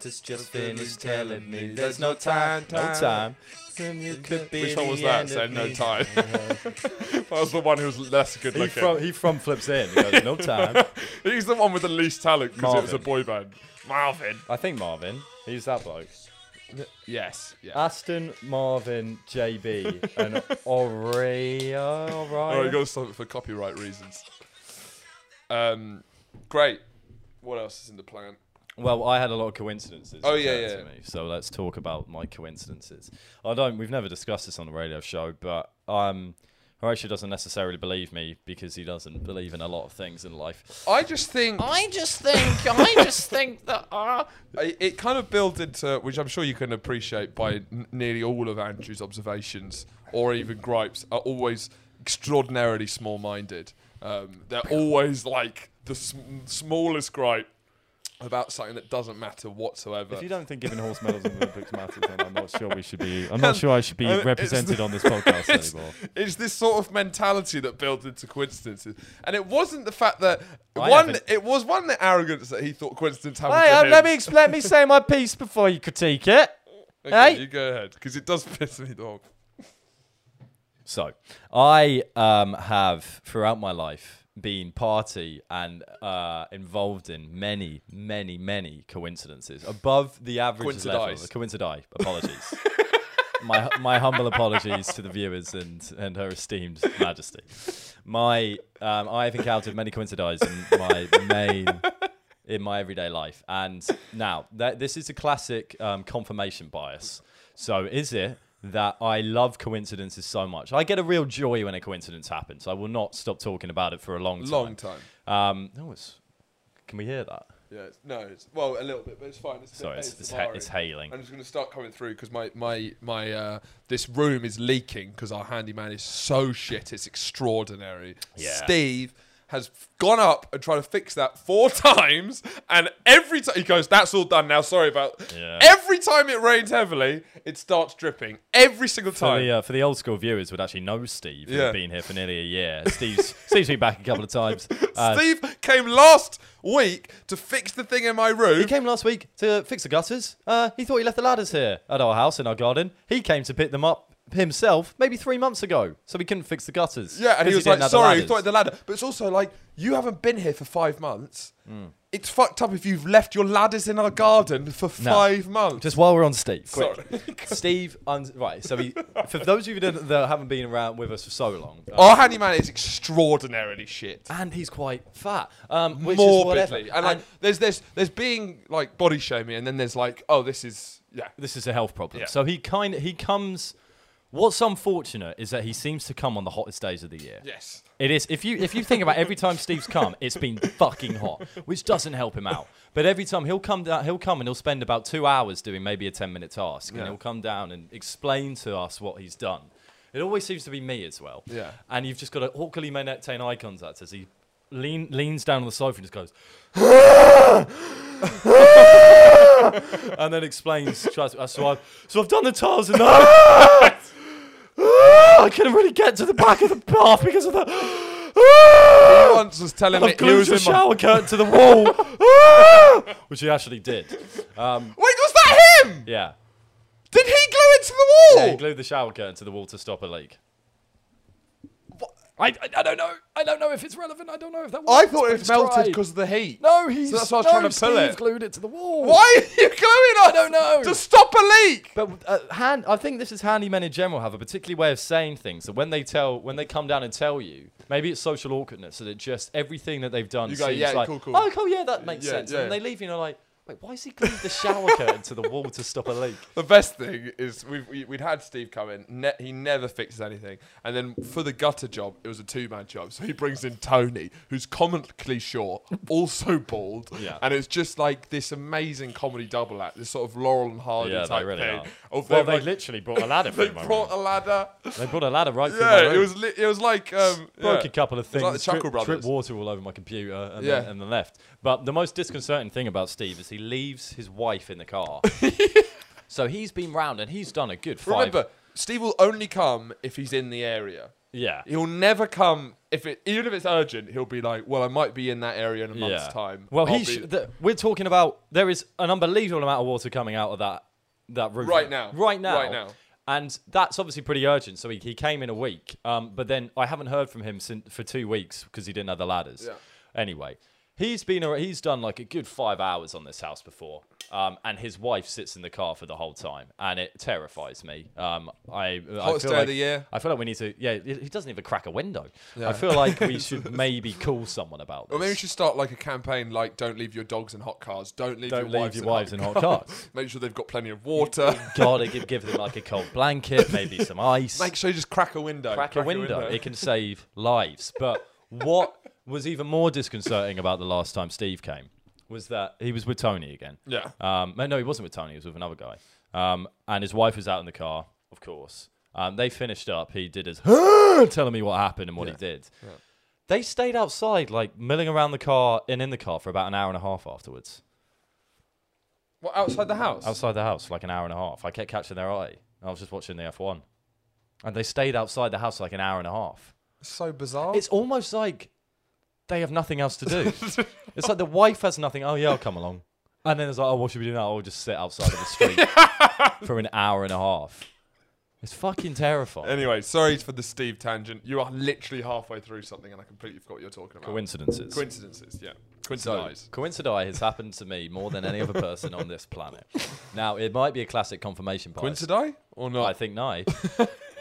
Speaker 2: It's
Speaker 1: just finished telling me there's no time,
Speaker 2: no
Speaker 1: time.
Speaker 2: time. And you could be
Speaker 1: Which one was
Speaker 2: the
Speaker 1: that?
Speaker 2: end
Speaker 1: Said
Speaker 2: of
Speaker 1: no
Speaker 2: me.
Speaker 1: time. that was the one who was less good
Speaker 2: He
Speaker 1: looking.
Speaker 2: from, he from flips in. He goes, no time.
Speaker 1: He's the one with the least talent because it was a
Speaker 2: Marvin.
Speaker 1: boy band. Marvin.
Speaker 2: I think Marvin. He's that bloke.
Speaker 1: Yes. Yeah.
Speaker 2: Uh, Aston, Marvin, JB, and Oreo.
Speaker 1: Oh,
Speaker 2: Right.
Speaker 1: you got to stop it for copyright reasons. Um, great. What else is in the plan?
Speaker 2: Well, I had a lot of coincidences.
Speaker 1: Oh,
Speaker 2: occur
Speaker 1: yeah,
Speaker 2: to
Speaker 1: yeah.
Speaker 2: me, so let's talk about my coincidences. I don't. We've never discussed this on the radio show, but um, Horatio doesn't necessarily believe me because he doesn't believe in a lot of things in life.
Speaker 1: I just think
Speaker 3: I just think, I just think that, uh,
Speaker 1: I- it kind of builds into, which I'm sure you can appreciate by n- nearly all of Andrew's observations or even gripes, are always extraordinarily small minded. Um, they're always like the sm- smallest gripe about something that doesn't matter whatsoever.
Speaker 2: If you don't think giving horse medals in the Olympics matters, then I'm not sure we should be. I'm not sure I should be
Speaker 1: and it's
Speaker 2: represented
Speaker 1: the-
Speaker 2: on this podcast
Speaker 1: it's,
Speaker 2: anymore.
Speaker 1: it's this sort of mentality that built into coincidences, and it wasn't the fact that
Speaker 2: I
Speaker 1: one.
Speaker 2: haven't-
Speaker 1: It was one the arrogance that he thought coincidence happened
Speaker 2: Hey,
Speaker 1: to
Speaker 2: um,
Speaker 1: him.
Speaker 2: let me ex- let me say my piece before you critique it.
Speaker 1: Okay,
Speaker 2: hey.
Speaker 1: you go ahead because it does piss me off.
Speaker 2: So, I um, have throughout my life been party and uh, involved in many, many, many coincidences above the average level.
Speaker 1: Coincidize.
Speaker 2: Coincidi. Apologies. my my humble apologies to the viewers and and her esteemed Majesty. My um, I've encountered many coincidides in my main in my everyday life, and now that this is a classic um, confirmation bias. So is it? That I love coincidences so much. I get a real joy when a coincidence happens. I will not stop talking about it for a long time.
Speaker 1: Long time.
Speaker 2: Um, no, it's. Can we hear that?
Speaker 1: Yeah, it's, no, it's, well, a little bit, but it's fine. It's
Speaker 2: Sorry, it's, it's, ha-
Speaker 1: tomorrow.
Speaker 2: it's hailing.
Speaker 1: I'm just going to start coming through because my my my uh, this room is leaking because our handyman is so shit. It's extraordinary.
Speaker 2: Yeah.
Speaker 1: Steve has f- gone up and tried to fix that four times, and every time he goes, "That's all done now." Sorry about.
Speaker 2: Yeah.
Speaker 1: Every time it rains heavily, it starts dripping. Every single
Speaker 2: For
Speaker 1: time.
Speaker 2: the, uh, for the old school viewers would actually know Steve. who
Speaker 1: Yeah.
Speaker 2: had been here for nearly a year. Steve's Steve's been back a couple of times. Uh,
Speaker 1: Steve came last week to fix the thing in my room.
Speaker 2: he came last week to fix the gutters. Uh, he thought he left the ladders here at our house in our garden. He came to pick them up himself maybe three months ago, so he couldn't fix the gutters.
Speaker 1: Yeah, and
Speaker 2: 'cause
Speaker 1: he was
Speaker 2: didn't
Speaker 1: like,
Speaker 2: have the
Speaker 1: sorry, he
Speaker 2: ladders."
Speaker 1: thought of the ladder. But it's also like, you haven't been here for five months. It's fucked up if you've left your ladders in our garden for
Speaker 2: Mm. No.
Speaker 1: five months.
Speaker 2: Just while we're on Steve, quick.
Speaker 1: sorry.
Speaker 2: Steve, un- right? So he, for those of you that that haven't been around with us for so long, uh,
Speaker 1: Our handyman is extraordinarily shit.
Speaker 2: and he's quite fat, um, Ah, which is whatever.
Speaker 1: Morbidly. And like, there's, there's, there's being like body shaming, and then there's like, oh, this is, yeah.
Speaker 2: this is a health problem.
Speaker 1: Yeah.
Speaker 2: So he kind he comes. What's unfortunate is that he seems to come on the hottest days of the year.
Speaker 1: Yes.
Speaker 2: It is if you if you think about every time Steve's come, it's been fucking hot, which doesn't help him out. But every time he'll come down, he'll come and he'll spend about two hours doing maybe a ten minute task,
Speaker 1: Yeah.
Speaker 2: and he'll come down and explain to us what he's done. It always seems to be me as well.
Speaker 1: Yeah.
Speaker 2: and you've just got to awkwardly maintain eye contact as he lean, leans down on the sofa and just goes. and then explains. Tries, uh, so, I've, so I've done the tiles and the. I couldn't really get to the back of the bath because of the.
Speaker 1: He once was telling me
Speaker 2: I've
Speaker 1: he was
Speaker 2: glued the
Speaker 1: in my.
Speaker 2: shower curtain to the wall, which he actually did. Um,
Speaker 1: Wait, was that him?
Speaker 2: yeah.
Speaker 1: Did he glue it to the wall?
Speaker 2: yeah, he glued the shower curtain to the wall to stop a leak.
Speaker 1: What?
Speaker 2: I, I, I don't know. I don't know if it's relevant. I don't know if that.
Speaker 1: I
Speaker 2: works,
Speaker 1: thought
Speaker 2: but
Speaker 1: it
Speaker 2: it's
Speaker 1: melted
Speaker 2: tried.
Speaker 1: because of the heat.
Speaker 2: No, he's.
Speaker 1: So that's why I was
Speaker 2: no,
Speaker 1: trying to pull
Speaker 2: Steve
Speaker 1: it.
Speaker 2: glued it to the wall.
Speaker 1: Why are you gluing it? I
Speaker 2: don't know.
Speaker 1: To stop a leak.
Speaker 2: But uh, hand, I think this is handymen in general have a particular way of saying things that when they tell, when they come down and tell you, maybe it's social awkwardness that it just everything that they've done
Speaker 1: You go,
Speaker 2: seems
Speaker 1: "Yeah,
Speaker 2: like,
Speaker 1: cool, cool."
Speaker 2: oh, cool, yeah, that makes
Speaker 1: Yeah,
Speaker 2: sense.
Speaker 1: yeah.
Speaker 2: And they leave you and are like, wait, why has he glued the shower curtain to the wall to stop a leak?
Speaker 1: The best thing is we've, we, we'd had Steve come in. Ne- he never fixes anything. And then for the gutter job, it was a two man job. So he brings in Tony, who's comically short, also bald.
Speaker 2: Yeah.
Speaker 1: And it's just like this amazing comedy double act, this sort of Laurel and Hardy
Speaker 2: Yeah, they
Speaker 1: type
Speaker 2: really
Speaker 1: thing.
Speaker 2: are.
Speaker 1: Of
Speaker 2: Well,
Speaker 1: them,
Speaker 2: they
Speaker 1: like,
Speaker 2: literally brought a ladder
Speaker 1: they
Speaker 2: through my
Speaker 1: brought
Speaker 2: room.
Speaker 1: a ladder.
Speaker 2: They brought a ladder right through my
Speaker 1: Yeah,
Speaker 2: room.
Speaker 1: it was li- it was like um,
Speaker 2: Broke
Speaker 1: yeah.
Speaker 2: a couple of
Speaker 1: It's
Speaker 2: things.
Speaker 1: like the Chuckle
Speaker 2: drip, drip
Speaker 1: Brothers.
Speaker 2: water all over my computer and,
Speaker 1: Yeah.
Speaker 2: then, and then left. But the most disconcerting thing about Steve is he leaves his wife in the car. so he's been round and he's done a good five.
Speaker 1: Remember, Steve will only come if he's in the area.
Speaker 2: Yeah.
Speaker 1: He'll never come if it even if it's urgent. He'll be like, "Well, I might be in that area in a month's time."
Speaker 2: Well,
Speaker 1: I'll be-
Speaker 2: he sh- the, we're talking about there is an unbelievable amount of water coming out of that that roof
Speaker 1: Right now.
Speaker 2: right now,
Speaker 1: Right now.
Speaker 2: and that's obviously pretty urgent. So he, he came in a week, um, but then I haven't heard from him since for two weeks because he didn't have the ladders.
Speaker 1: Yeah.
Speaker 2: Anyway, he's been ar- he's done like a good five hours on this house before. Um, and his wife sits in the car for the whole time, and it terrifies me. Um, I, I
Speaker 1: Hottest
Speaker 2: feel
Speaker 1: day
Speaker 2: like,
Speaker 1: of the year.
Speaker 2: I feel like we need to. Yeah, he he doesn't even crack a window. I feel like we should maybe call someone about this.
Speaker 1: or maybe we should start like a campaign like "Don't leave your dogs in hot cars." Don't leave your
Speaker 2: Don't leave
Speaker 1: wives
Speaker 2: your
Speaker 1: in
Speaker 2: wives
Speaker 1: hot
Speaker 2: in hot cars.
Speaker 1: Make sure they've got plenty of water.
Speaker 2: Gotta give, give them like a cold blanket, maybe some ice.
Speaker 1: Make sure you just crack a window.
Speaker 2: crack a window. It can save lives. But what was even more disconcerting about the last time Steve came was that he was with Tony again.
Speaker 1: Yeah.
Speaker 2: Um, no, he wasn't with Tony. He was with another guy. Um, and his wife was out in the car, of course. Um, they finished up. He did his telling me what happened and what he did. They stayed outside, like milling around the car and in the car for about an hour and a half afterwards.
Speaker 1: What outside the house?
Speaker 2: outside the house for like an hour and a half. I kept catching their eye. I was just watching the F1. And they stayed outside the house for like an hour and a half.
Speaker 1: so bizarre.
Speaker 2: It's almost like they have nothing else to do. it's like the wife has nothing. Oh, yeah, I'll come along. And then it's like, oh, what should we do now? I'll just sit outside of the street for an hour and a half. It's fucking terrifying.
Speaker 1: anyway, sorry for the Steve tangent. You are literally halfway through something, and I completely forgot what you're talking about.
Speaker 2: Coincidences.
Speaker 1: Coincidences, yeah.
Speaker 2: So,
Speaker 1: Coincidences.
Speaker 2: coincidences has happened to me more than any other person on this planet. Now, it might be a classic confirmation bias.
Speaker 1: Coincidide or not?
Speaker 2: I think no.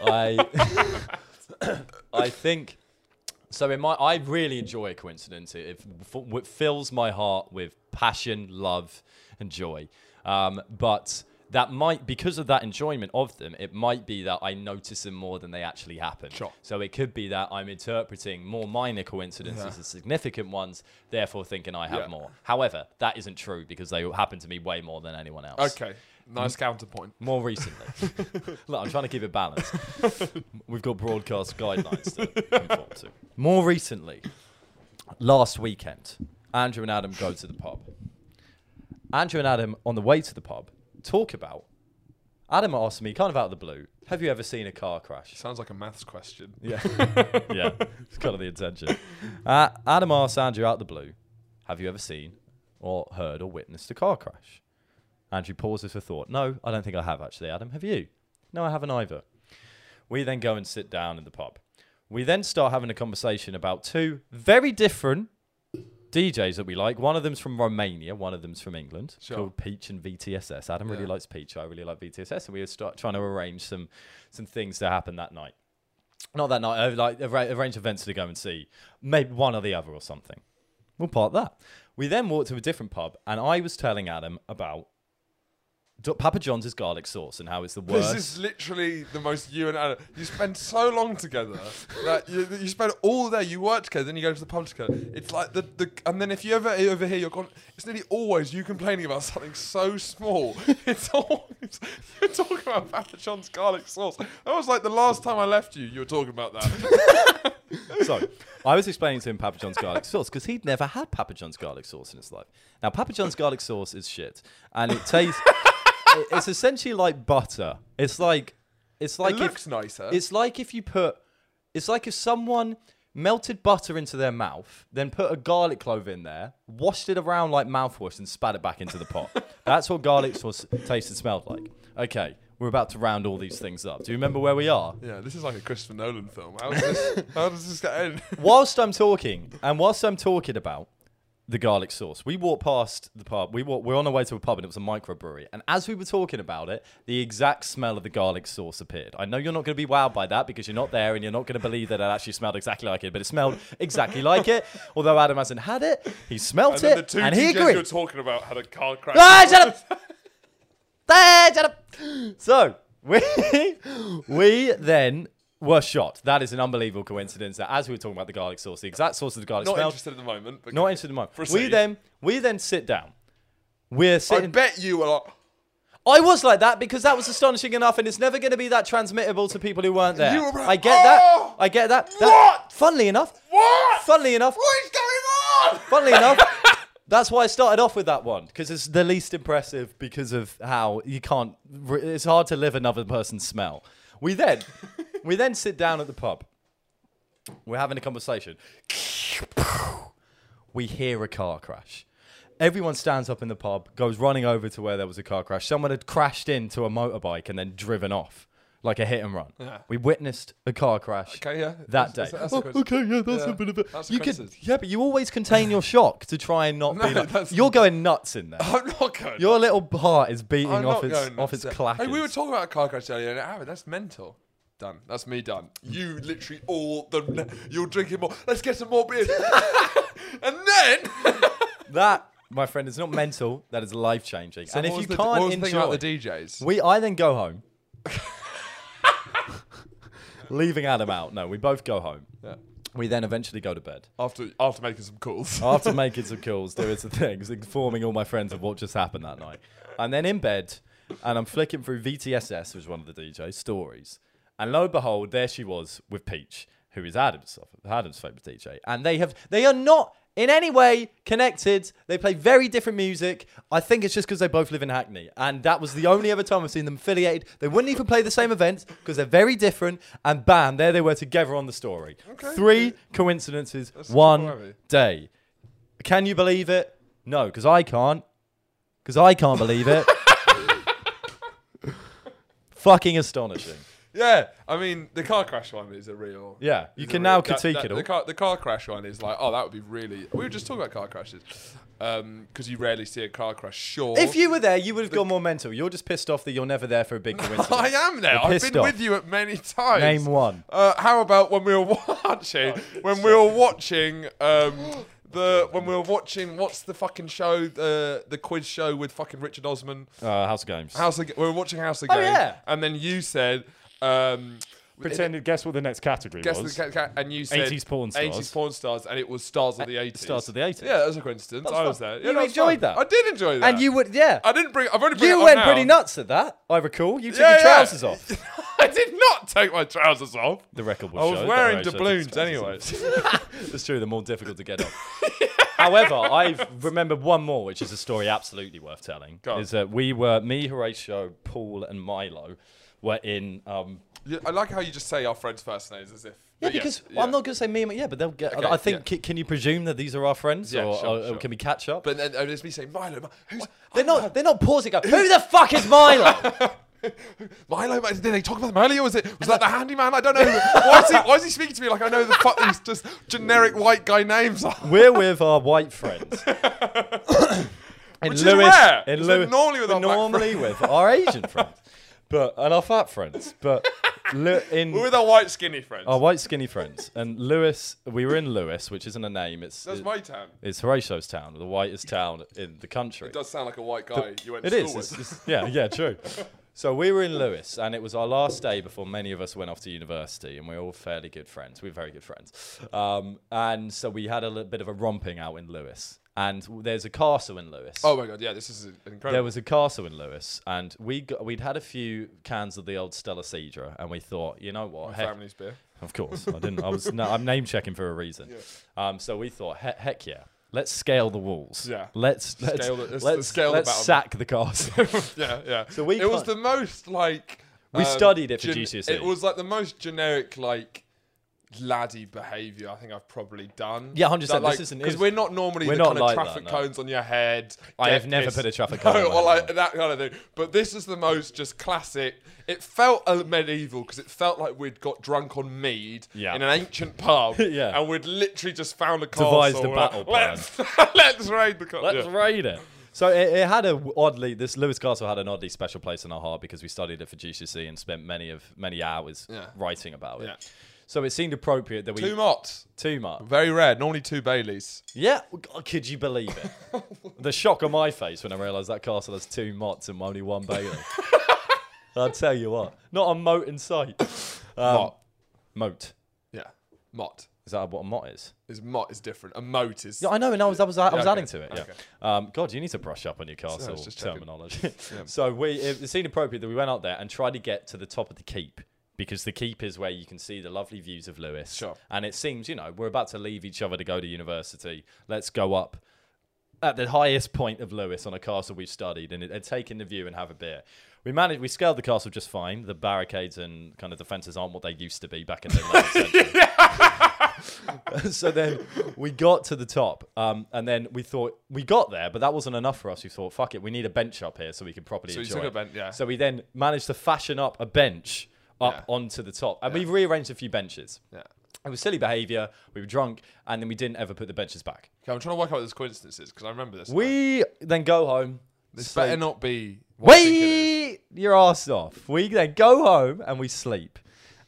Speaker 2: I I think so. In my, I really enjoy a coincidence. It, it, f- it fills my heart with passion, love, and joy. Um, but that might, because of that enjoyment of them, it might be that I notice them more than they actually happen.
Speaker 1: Sure.
Speaker 2: So it could be that I'm interpreting more minor coincidences as significant ones, therefore thinking I have
Speaker 1: Yeah.
Speaker 2: more. However, that isn't true because they happen to me way more than anyone else
Speaker 1: okay, nice counterpoint.
Speaker 2: more recently. Look, I'm trying to keep it balanced. We've got broadcast guidelines to conform to. More recently, last weekend, Andrew and Adam go to the pub. Andrew and Adam, on the way to the pub, talk about. Adam asked me, kind of out of the blue, have you ever seen a car crash?
Speaker 1: Sounds like a maths question.
Speaker 2: Yeah. yeah. It's kind of the intention. Uh, Adam asks Andrew out the blue, have you ever seen or heard or witnessed a car crash? Andrew pauses for thought. No, I don't think I have actually, Adam. Have you? No, I haven't either. We then go and sit down in the pub. We then start having a conversation about two very different DJs that we like. One of them's from Romania, one of them's from England,
Speaker 1: Sure.
Speaker 2: called Peach and VTSS. Adam really
Speaker 1: Yeah.
Speaker 2: likes Peach, I really like VTSS, and we start trying to arrange some some things to happen that night not that night, uh, like arra- arrange events to go and see, maybe one or the other or something. We'll part that. We then walked to a different pub, and I was telling Adam about D- Papa John's garlic sauce and how it's the worst.
Speaker 1: This is literally the most you and Adam. You spend so long together that you, you spend all day. You work together, then you go to the pub together. It's like the, the and then if you ever over here, you're gone. It's nearly always you complaining about something so small. It's always you're talking about Papa John's garlic sauce. That was like the last time I left you. You were talking about that.
Speaker 2: so I was explaining to him Papa John's garlic sauce because he'd never had Papa John's garlic sauce in his life. Now Papa John's garlic sauce is shit, and it tastes. it- it's essentially like butter. It's like it's like if-
Speaker 1: looks nicer.
Speaker 2: It's like if you put. It's like if someone melted butter into their mouth, then put a garlic clove in there, washed it around like mouthwash, and spat it back into the pot. That's what garlic sauce tasted smelled like. Okay. We're about to round all these things up. Do you remember where we are?
Speaker 1: yeah, this is like a Christopher Nolan film. How does this? how does this get in?
Speaker 2: whilst I'm talking, and whilst I'm talking about the garlic sauce, we walked past the pub. We walk, we're on our way to a pub, and it was a microbrewery. And as we were talking about it, the exact smell of the garlic sauce appeared. I know you're not going to be wowed by that because you're not there, and you're not going to believe that it actually smelled exactly like it. But it smelled exactly like it. Although Adam hasn't had it, he smelt
Speaker 1: And then the
Speaker 2: it,
Speaker 1: two
Speaker 2: and he
Speaker 1: TJs
Speaker 2: agreed.
Speaker 1: you're talking about had a car crash.
Speaker 2: Ah, shut up! Ah, shut up! So we we then were shot. That is an unbelievable coincidence. That as we were talking about the garlic sauce, the exact sauce of the garlic
Speaker 1: Not
Speaker 2: smell.
Speaker 1: interested at the moment. But
Speaker 2: Not interested in mine. We
Speaker 1: Proceed.
Speaker 2: then we then sit down. We're
Speaker 1: I
Speaker 2: sitting.
Speaker 1: bet you were like.
Speaker 2: I was like that because that was astonishing enough, and it's never going to be that transmittable to people who weren't there.
Speaker 1: You were like,
Speaker 2: I get
Speaker 1: "Oh,
Speaker 2: that. I get that. that.
Speaker 1: what?
Speaker 2: Funnily enough.
Speaker 1: What?
Speaker 2: Funnily enough.
Speaker 1: What is going on?
Speaker 2: Funnily enough, that's why I started off with that one because it's the least impressive because of how you can't. It's hard to live another person's smell. We then, we then sit down at the pub, We're having a conversation. We hear a car crash. Everyone stands up in the pub, goes running over to where there was a car crash. Someone had crashed into a motorbike and then driven off, like a hit and run.
Speaker 1: Yeah.
Speaker 2: We witnessed a car crash
Speaker 1: Okay, yeah. That's-
Speaker 2: that day.
Speaker 1: that's- that's a
Speaker 2: Oh,
Speaker 1: coincidence.
Speaker 2: okay, yeah, that's
Speaker 1: Yeah,
Speaker 2: a bit of a.
Speaker 1: that's a
Speaker 2: you could,
Speaker 1: coincidence.
Speaker 2: yeah, but you always contain your shock to try and not be
Speaker 1: No,
Speaker 2: like.
Speaker 1: that's-
Speaker 2: You're going nuts in there.
Speaker 1: I'm not going.
Speaker 2: Your little heart is beating
Speaker 1: I'm
Speaker 2: off
Speaker 1: not
Speaker 2: its
Speaker 1: going
Speaker 2: off its
Speaker 1: nuts.
Speaker 2: clackers.
Speaker 1: Hey, we were talking about car crash earlier, and Aaron, that's mental. Done. That's me done. You literally all the you're drinking more. Let's get some more beers. and then
Speaker 2: that, my friend, is not mental. That is life changing. and if
Speaker 1: What
Speaker 2: you
Speaker 1: was the, what
Speaker 2: can't
Speaker 1: was the thing
Speaker 2: enjoy,
Speaker 1: about the DJs,
Speaker 2: we I then go home, leaving Adam out. No, we both go home.
Speaker 1: Yeah.
Speaker 2: We then eventually go to bed.
Speaker 1: after after making some calls,
Speaker 2: After making some calls, doing some things, informing all my friends of what just happened that night. And then in bed, and I'm flicking through VTSS, which is one of the DJ's stories. And lo and behold, there she was with Peach, who is Adam's Adam's favourite DJ. And they have they are not in any way connected. They play very different music. I think it's just because they both live in Hackney. And that was the only ever time I've seen them affiliated. They wouldn't even play the same events because they're very different. And bam, there they were together on the story. Three coincidences, one
Speaker 1: surprising.
Speaker 2: day. Can you believe it? No, because I can't. Because I can't believe it. Fucking astonishing.
Speaker 1: yeah. I mean, the car crash one is a real.
Speaker 2: Yeah, you
Speaker 1: is a
Speaker 2: can
Speaker 1: real-
Speaker 2: now
Speaker 1: that-
Speaker 2: critique
Speaker 1: that-
Speaker 2: it all.
Speaker 1: The car, the car crash one is like, oh, that would be really. We were just talking about car crashes, because you rarely see a car crash. Sure,
Speaker 2: if you were there, you would have gone more mental. You're just pissed off that you're never there for a big coincidence.
Speaker 1: I am there.
Speaker 2: You're
Speaker 1: I've
Speaker 2: pissed
Speaker 1: been
Speaker 2: off.
Speaker 1: with you at many times.
Speaker 2: Name one.
Speaker 1: Uh, how about when we were watching? when we were watching um, the when we were watching what's the fucking show the the quiz show with fucking Richard Osman
Speaker 2: Uh, House of Games.
Speaker 1: House of, Ga- we were watching House of Games
Speaker 2: Oh, yeah.
Speaker 1: and then you said um,
Speaker 4: Pretended. Guess what the next category
Speaker 1: guess
Speaker 4: was?
Speaker 1: the ca- ca- and you said
Speaker 4: 80s porn stars.
Speaker 1: 80s porn stars and it was stars of the 80s
Speaker 2: stars of the 80s.
Speaker 1: yeah that was a coincidence I was there Yeah,
Speaker 2: You
Speaker 1: that was
Speaker 2: enjoyed
Speaker 1: fun.
Speaker 2: that.
Speaker 1: I did enjoy that
Speaker 2: and you would, yeah.
Speaker 1: I didn't bring I've only bring it
Speaker 2: You
Speaker 1: up
Speaker 2: went
Speaker 1: now.
Speaker 2: pretty nuts at that, I recall. You took
Speaker 1: Yeah,
Speaker 2: your
Speaker 1: yeah.
Speaker 2: trousers off.
Speaker 1: I did not take my trousers off
Speaker 2: The record will
Speaker 1: I was
Speaker 2: show that
Speaker 1: wearing
Speaker 2: Horatio took
Speaker 1: doubloons
Speaker 2: his trousers off.
Speaker 1: anyways
Speaker 2: It's true, they're more difficult to get off. However, I remember one more, which is a story absolutely worth telling.
Speaker 1: Go on.
Speaker 2: Is that we were, me, Horatio, Paul, and Milo were in. Um,
Speaker 1: Yeah, I like how you just say our friends' first names as if.
Speaker 2: yeah,
Speaker 1: but yes,
Speaker 2: because well, I'm
Speaker 1: yeah.
Speaker 2: not going to say me and my, yeah, but they'll get.
Speaker 1: Okay,
Speaker 2: I think,
Speaker 1: yeah.
Speaker 2: c- can you presume that these are our friends?
Speaker 1: Yeah,
Speaker 2: or,
Speaker 1: sure,
Speaker 2: or- or
Speaker 1: sure.
Speaker 2: can we catch up?
Speaker 1: But then uh, there's me saying Milo. Mi- Who's
Speaker 2: they're not. They're not pausing. Go, Who the fuck is Milo?
Speaker 1: Milo? Did they talk about them earlier? Was it was that the handyman? I don't know. why, is he, why is he speaking to me like I know the fuck these just generic white guy names are?
Speaker 2: We're with our white friends. in
Speaker 1: Which is rare,
Speaker 2: in
Speaker 1: isn't
Speaker 2: Lewis,
Speaker 1: it? Normally with
Speaker 2: we're
Speaker 1: our black
Speaker 2: normally with our Asian friends, but and our fat friends, but Lew- in
Speaker 1: We're with our white skinny friends.
Speaker 2: Our white skinny friends and Lewis. We were in Lewis, which isn't a name. It's
Speaker 1: That's
Speaker 2: it-
Speaker 1: my town.
Speaker 2: it's Horatio's town, the whitest town in the country.
Speaker 1: It does sound like a white guy you went to
Speaker 2: It
Speaker 1: school
Speaker 2: is.
Speaker 1: with.
Speaker 2: It's, it's- yeah, yeah, true. So we were in Lewis, and it was our last day before many of us went off to university, and we were all fairly good friends. We were very good friends, um, and so we had a little bit of a romping out in Lewis. And there's a castle in Lewis.
Speaker 1: oh my god, yeah, this is incredible.
Speaker 2: There was a castle in Lewis, and we got, we'd had a few cans of the old Stella Cedra, and we thought, you know what,
Speaker 1: my
Speaker 2: heck-
Speaker 1: family's beer.
Speaker 2: of course, I didn't. I was. No, I'm name checking for a reason. Um, so we thought, he- heck yeah, let's scale the walls.
Speaker 1: Yeah.
Speaker 2: Let's let's
Speaker 1: Scale the- let's-
Speaker 2: let's,
Speaker 1: let's scale the
Speaker 2: let's
Speaker 1: battle.
Speaker 2: sack the castle.
Speaker 1: yeah, yeah. So
Speaker 2: we
Speaker 1: it was
Speaker 2: can't-
Speaker 1: the most like um,
Speaker 2: We studied it for GCSE.
Speaker 1: It was like the most generic like laddie behaviour I think I've probably done.
Speaker 2: Yeah, 100%, this isn't-
Speaker 1: because
Speaker 2: is-
Speaker 1: we're not normally
Speaker 2: we're
Speaker 1: the
Speaker 2: not
Speaker 1: kind
Speaker 2: like
Speaker 1: of traffic
Speaker 2: that, no.
Speaker 1: cones on your head.
Speaker 2: I
Speaker 1: get
Speaker 2: have never
Speaker 1: pissed.
Speaker 2: put a traffic
Speaker 1: no,
Speaker 2: cone on my
Speaker 1: or like
Speaker 2: head.
Speaker 1: that kind of thing. But this is the most just classic. It felt uh, medieval because it felt like we'd got drunk on mead
Speaker 2: Yeah.
Speaker 1: in an ancient pub,
Speaker 2: Yeah.
Speaker 1: and we'd literally just found a castle.
Speaker 2: Devised a
Speaker 1: We're like,
Speaker 2: battle plan.
Speaker 1: let's, let's raid the castle.
Speaker 2: let's raid it. So it, it had a w- oddly this Lewis Castle had an oddly special place in our heart because we studied it for GCSE E and spent many of many hours
Speaker 1: Yeah.
Speaker 2: writing about it.
Speaker 1: Yeah.
Speaker 2: So it seemed appropriate that we
Speaker 1: Two mots,
Speaker 2: too much.
Speaker 1: very rare. Normally two Baileys.
Speaker 2: Yeah, oh God, could you believe it? the shock on my face when I realised that castle has two mots and only one Bailey. I'll tell you what, not a moat in sight. Um,
Speaker 1: Mot.
Speaker 2: Moat.
Speaker 1: Yeah, mot.
Speaker 2: Is that what a mot is?
Speaker 1: Is mot is different. A moat is.
Speaker 2: Yeah, I know, and I was, I was, I was
Speaker 1: okay.
Speaker 2: adding to it. Yeah.
Speaker 1: Okay.
Speaker 2: Um, God, you need to brush up on your castle
Speaker 1: just checking.
Speaker 2: terminology. so we, it, it seemed appropriate that we went up there and tried to get to the top of the keep because the keep is where you can see the lovely views of Lewis.
Speaker 1: Sure.
Speaker 2: And it seems, you know, we're about to leave each other to go to university. Let's go up at the highest point of Lewis on a castle we've studied and, and take in the view and have a beer. We managed, we scaled the castle just fine. The barricades and kind of defences aren't what they used to be back in the 11th century. so then we got to the top, um, and then we thought we got there, but that wasn't enough for us. We thought, fuck it, we need a bench up here so we can properly
Speaker 1: So you
Speaker 2: enjoy.
Speaker 1: took
Speaker 2: it.
Speaker 1: a bench, yeah.
Speaker 2: So we then managed to fashion up a bench up
Speaker 1: Yeah.
Speaker 2: onto the top, and we rearranged a few benches.
Speaker 1: Yeah.
Speaker 2: It was silly behaviour. We were drunk, and then we didn't ever put the benches back.
Speaker 1: Okay, I'm trying to work out what those coincidences because I remember this. now.
Speaker 2: We then go home.
Speaker 1: this
Speaker 2: sleep.
Speaker 1: better not be. What I think it is.
Speaker 2: Wait your ass off. We then go home and we sleep.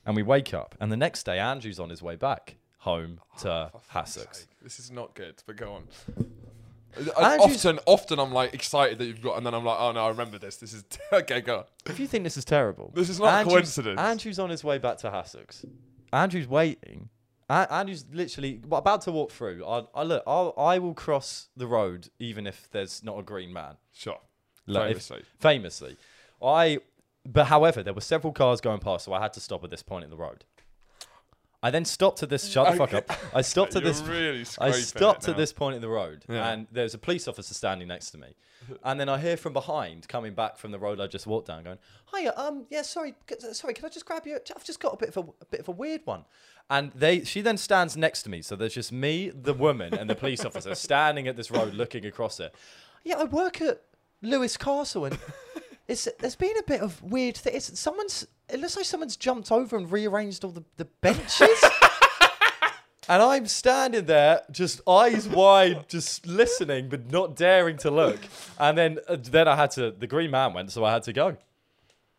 Speaker 2: And we wake up. And the next day, Andrew's on his way back home to Hassocks.
Speaker 1: Oh, Sake, This is not good, but go on. I,
Speaker 2: Andrew's-
Speaker 1: often, often I'm like excited that you've got, and then I'm like, oh no, I remember this. This is okay. Go. on.
Speaker 2: If you think this is terrible,
Speaker 1: This is not a coincidence.
Speaker 2: Andrew's on his way back to Hassocks. Andrew's waiting. A- Andrew's literally w- about to walk through. I, I look. I'll, I will cross the road even if there's not a green man.
Speaker 1: Sure.
Speaker 2: Like, if-
Speaker 1: Famously.
Speaker 2: famously, I. But however, there were several cars going past, so I had to stop at this point in the road. I then stopped at this. Shut the fuck up! I stopped at
Speaker 1: You're
Speaker 2: this.
Speaker 1: really
Speaker 2: I
Speaker 1: scraping it
Speaker 2: stopped
Speaker 1: now.
Speaker 2: at this point in the road,
Speaker 1: Yeah.
Speaker 2: and there's a police officer standing next to me, and then I hear from behind coming back from the road I just walked down, going, "Hiya, um, yeah, sorry, c- sorry, can I just grab you? I've just got a bit of a, a bit of a weird one." And they, she then stands next to me, so there's just me, the woman, and the police officer standing at this road, looking across it. Yeah, I work at Lewis Castle, and it's there's been a bit of weird thing. It's someone's. It looks like someone's jumped over and rearranged all the, the benches. And I'm standing there, just eyes wide, just listening, but not daring to look. And then, uh, then I had to. The green man went, so I had to go.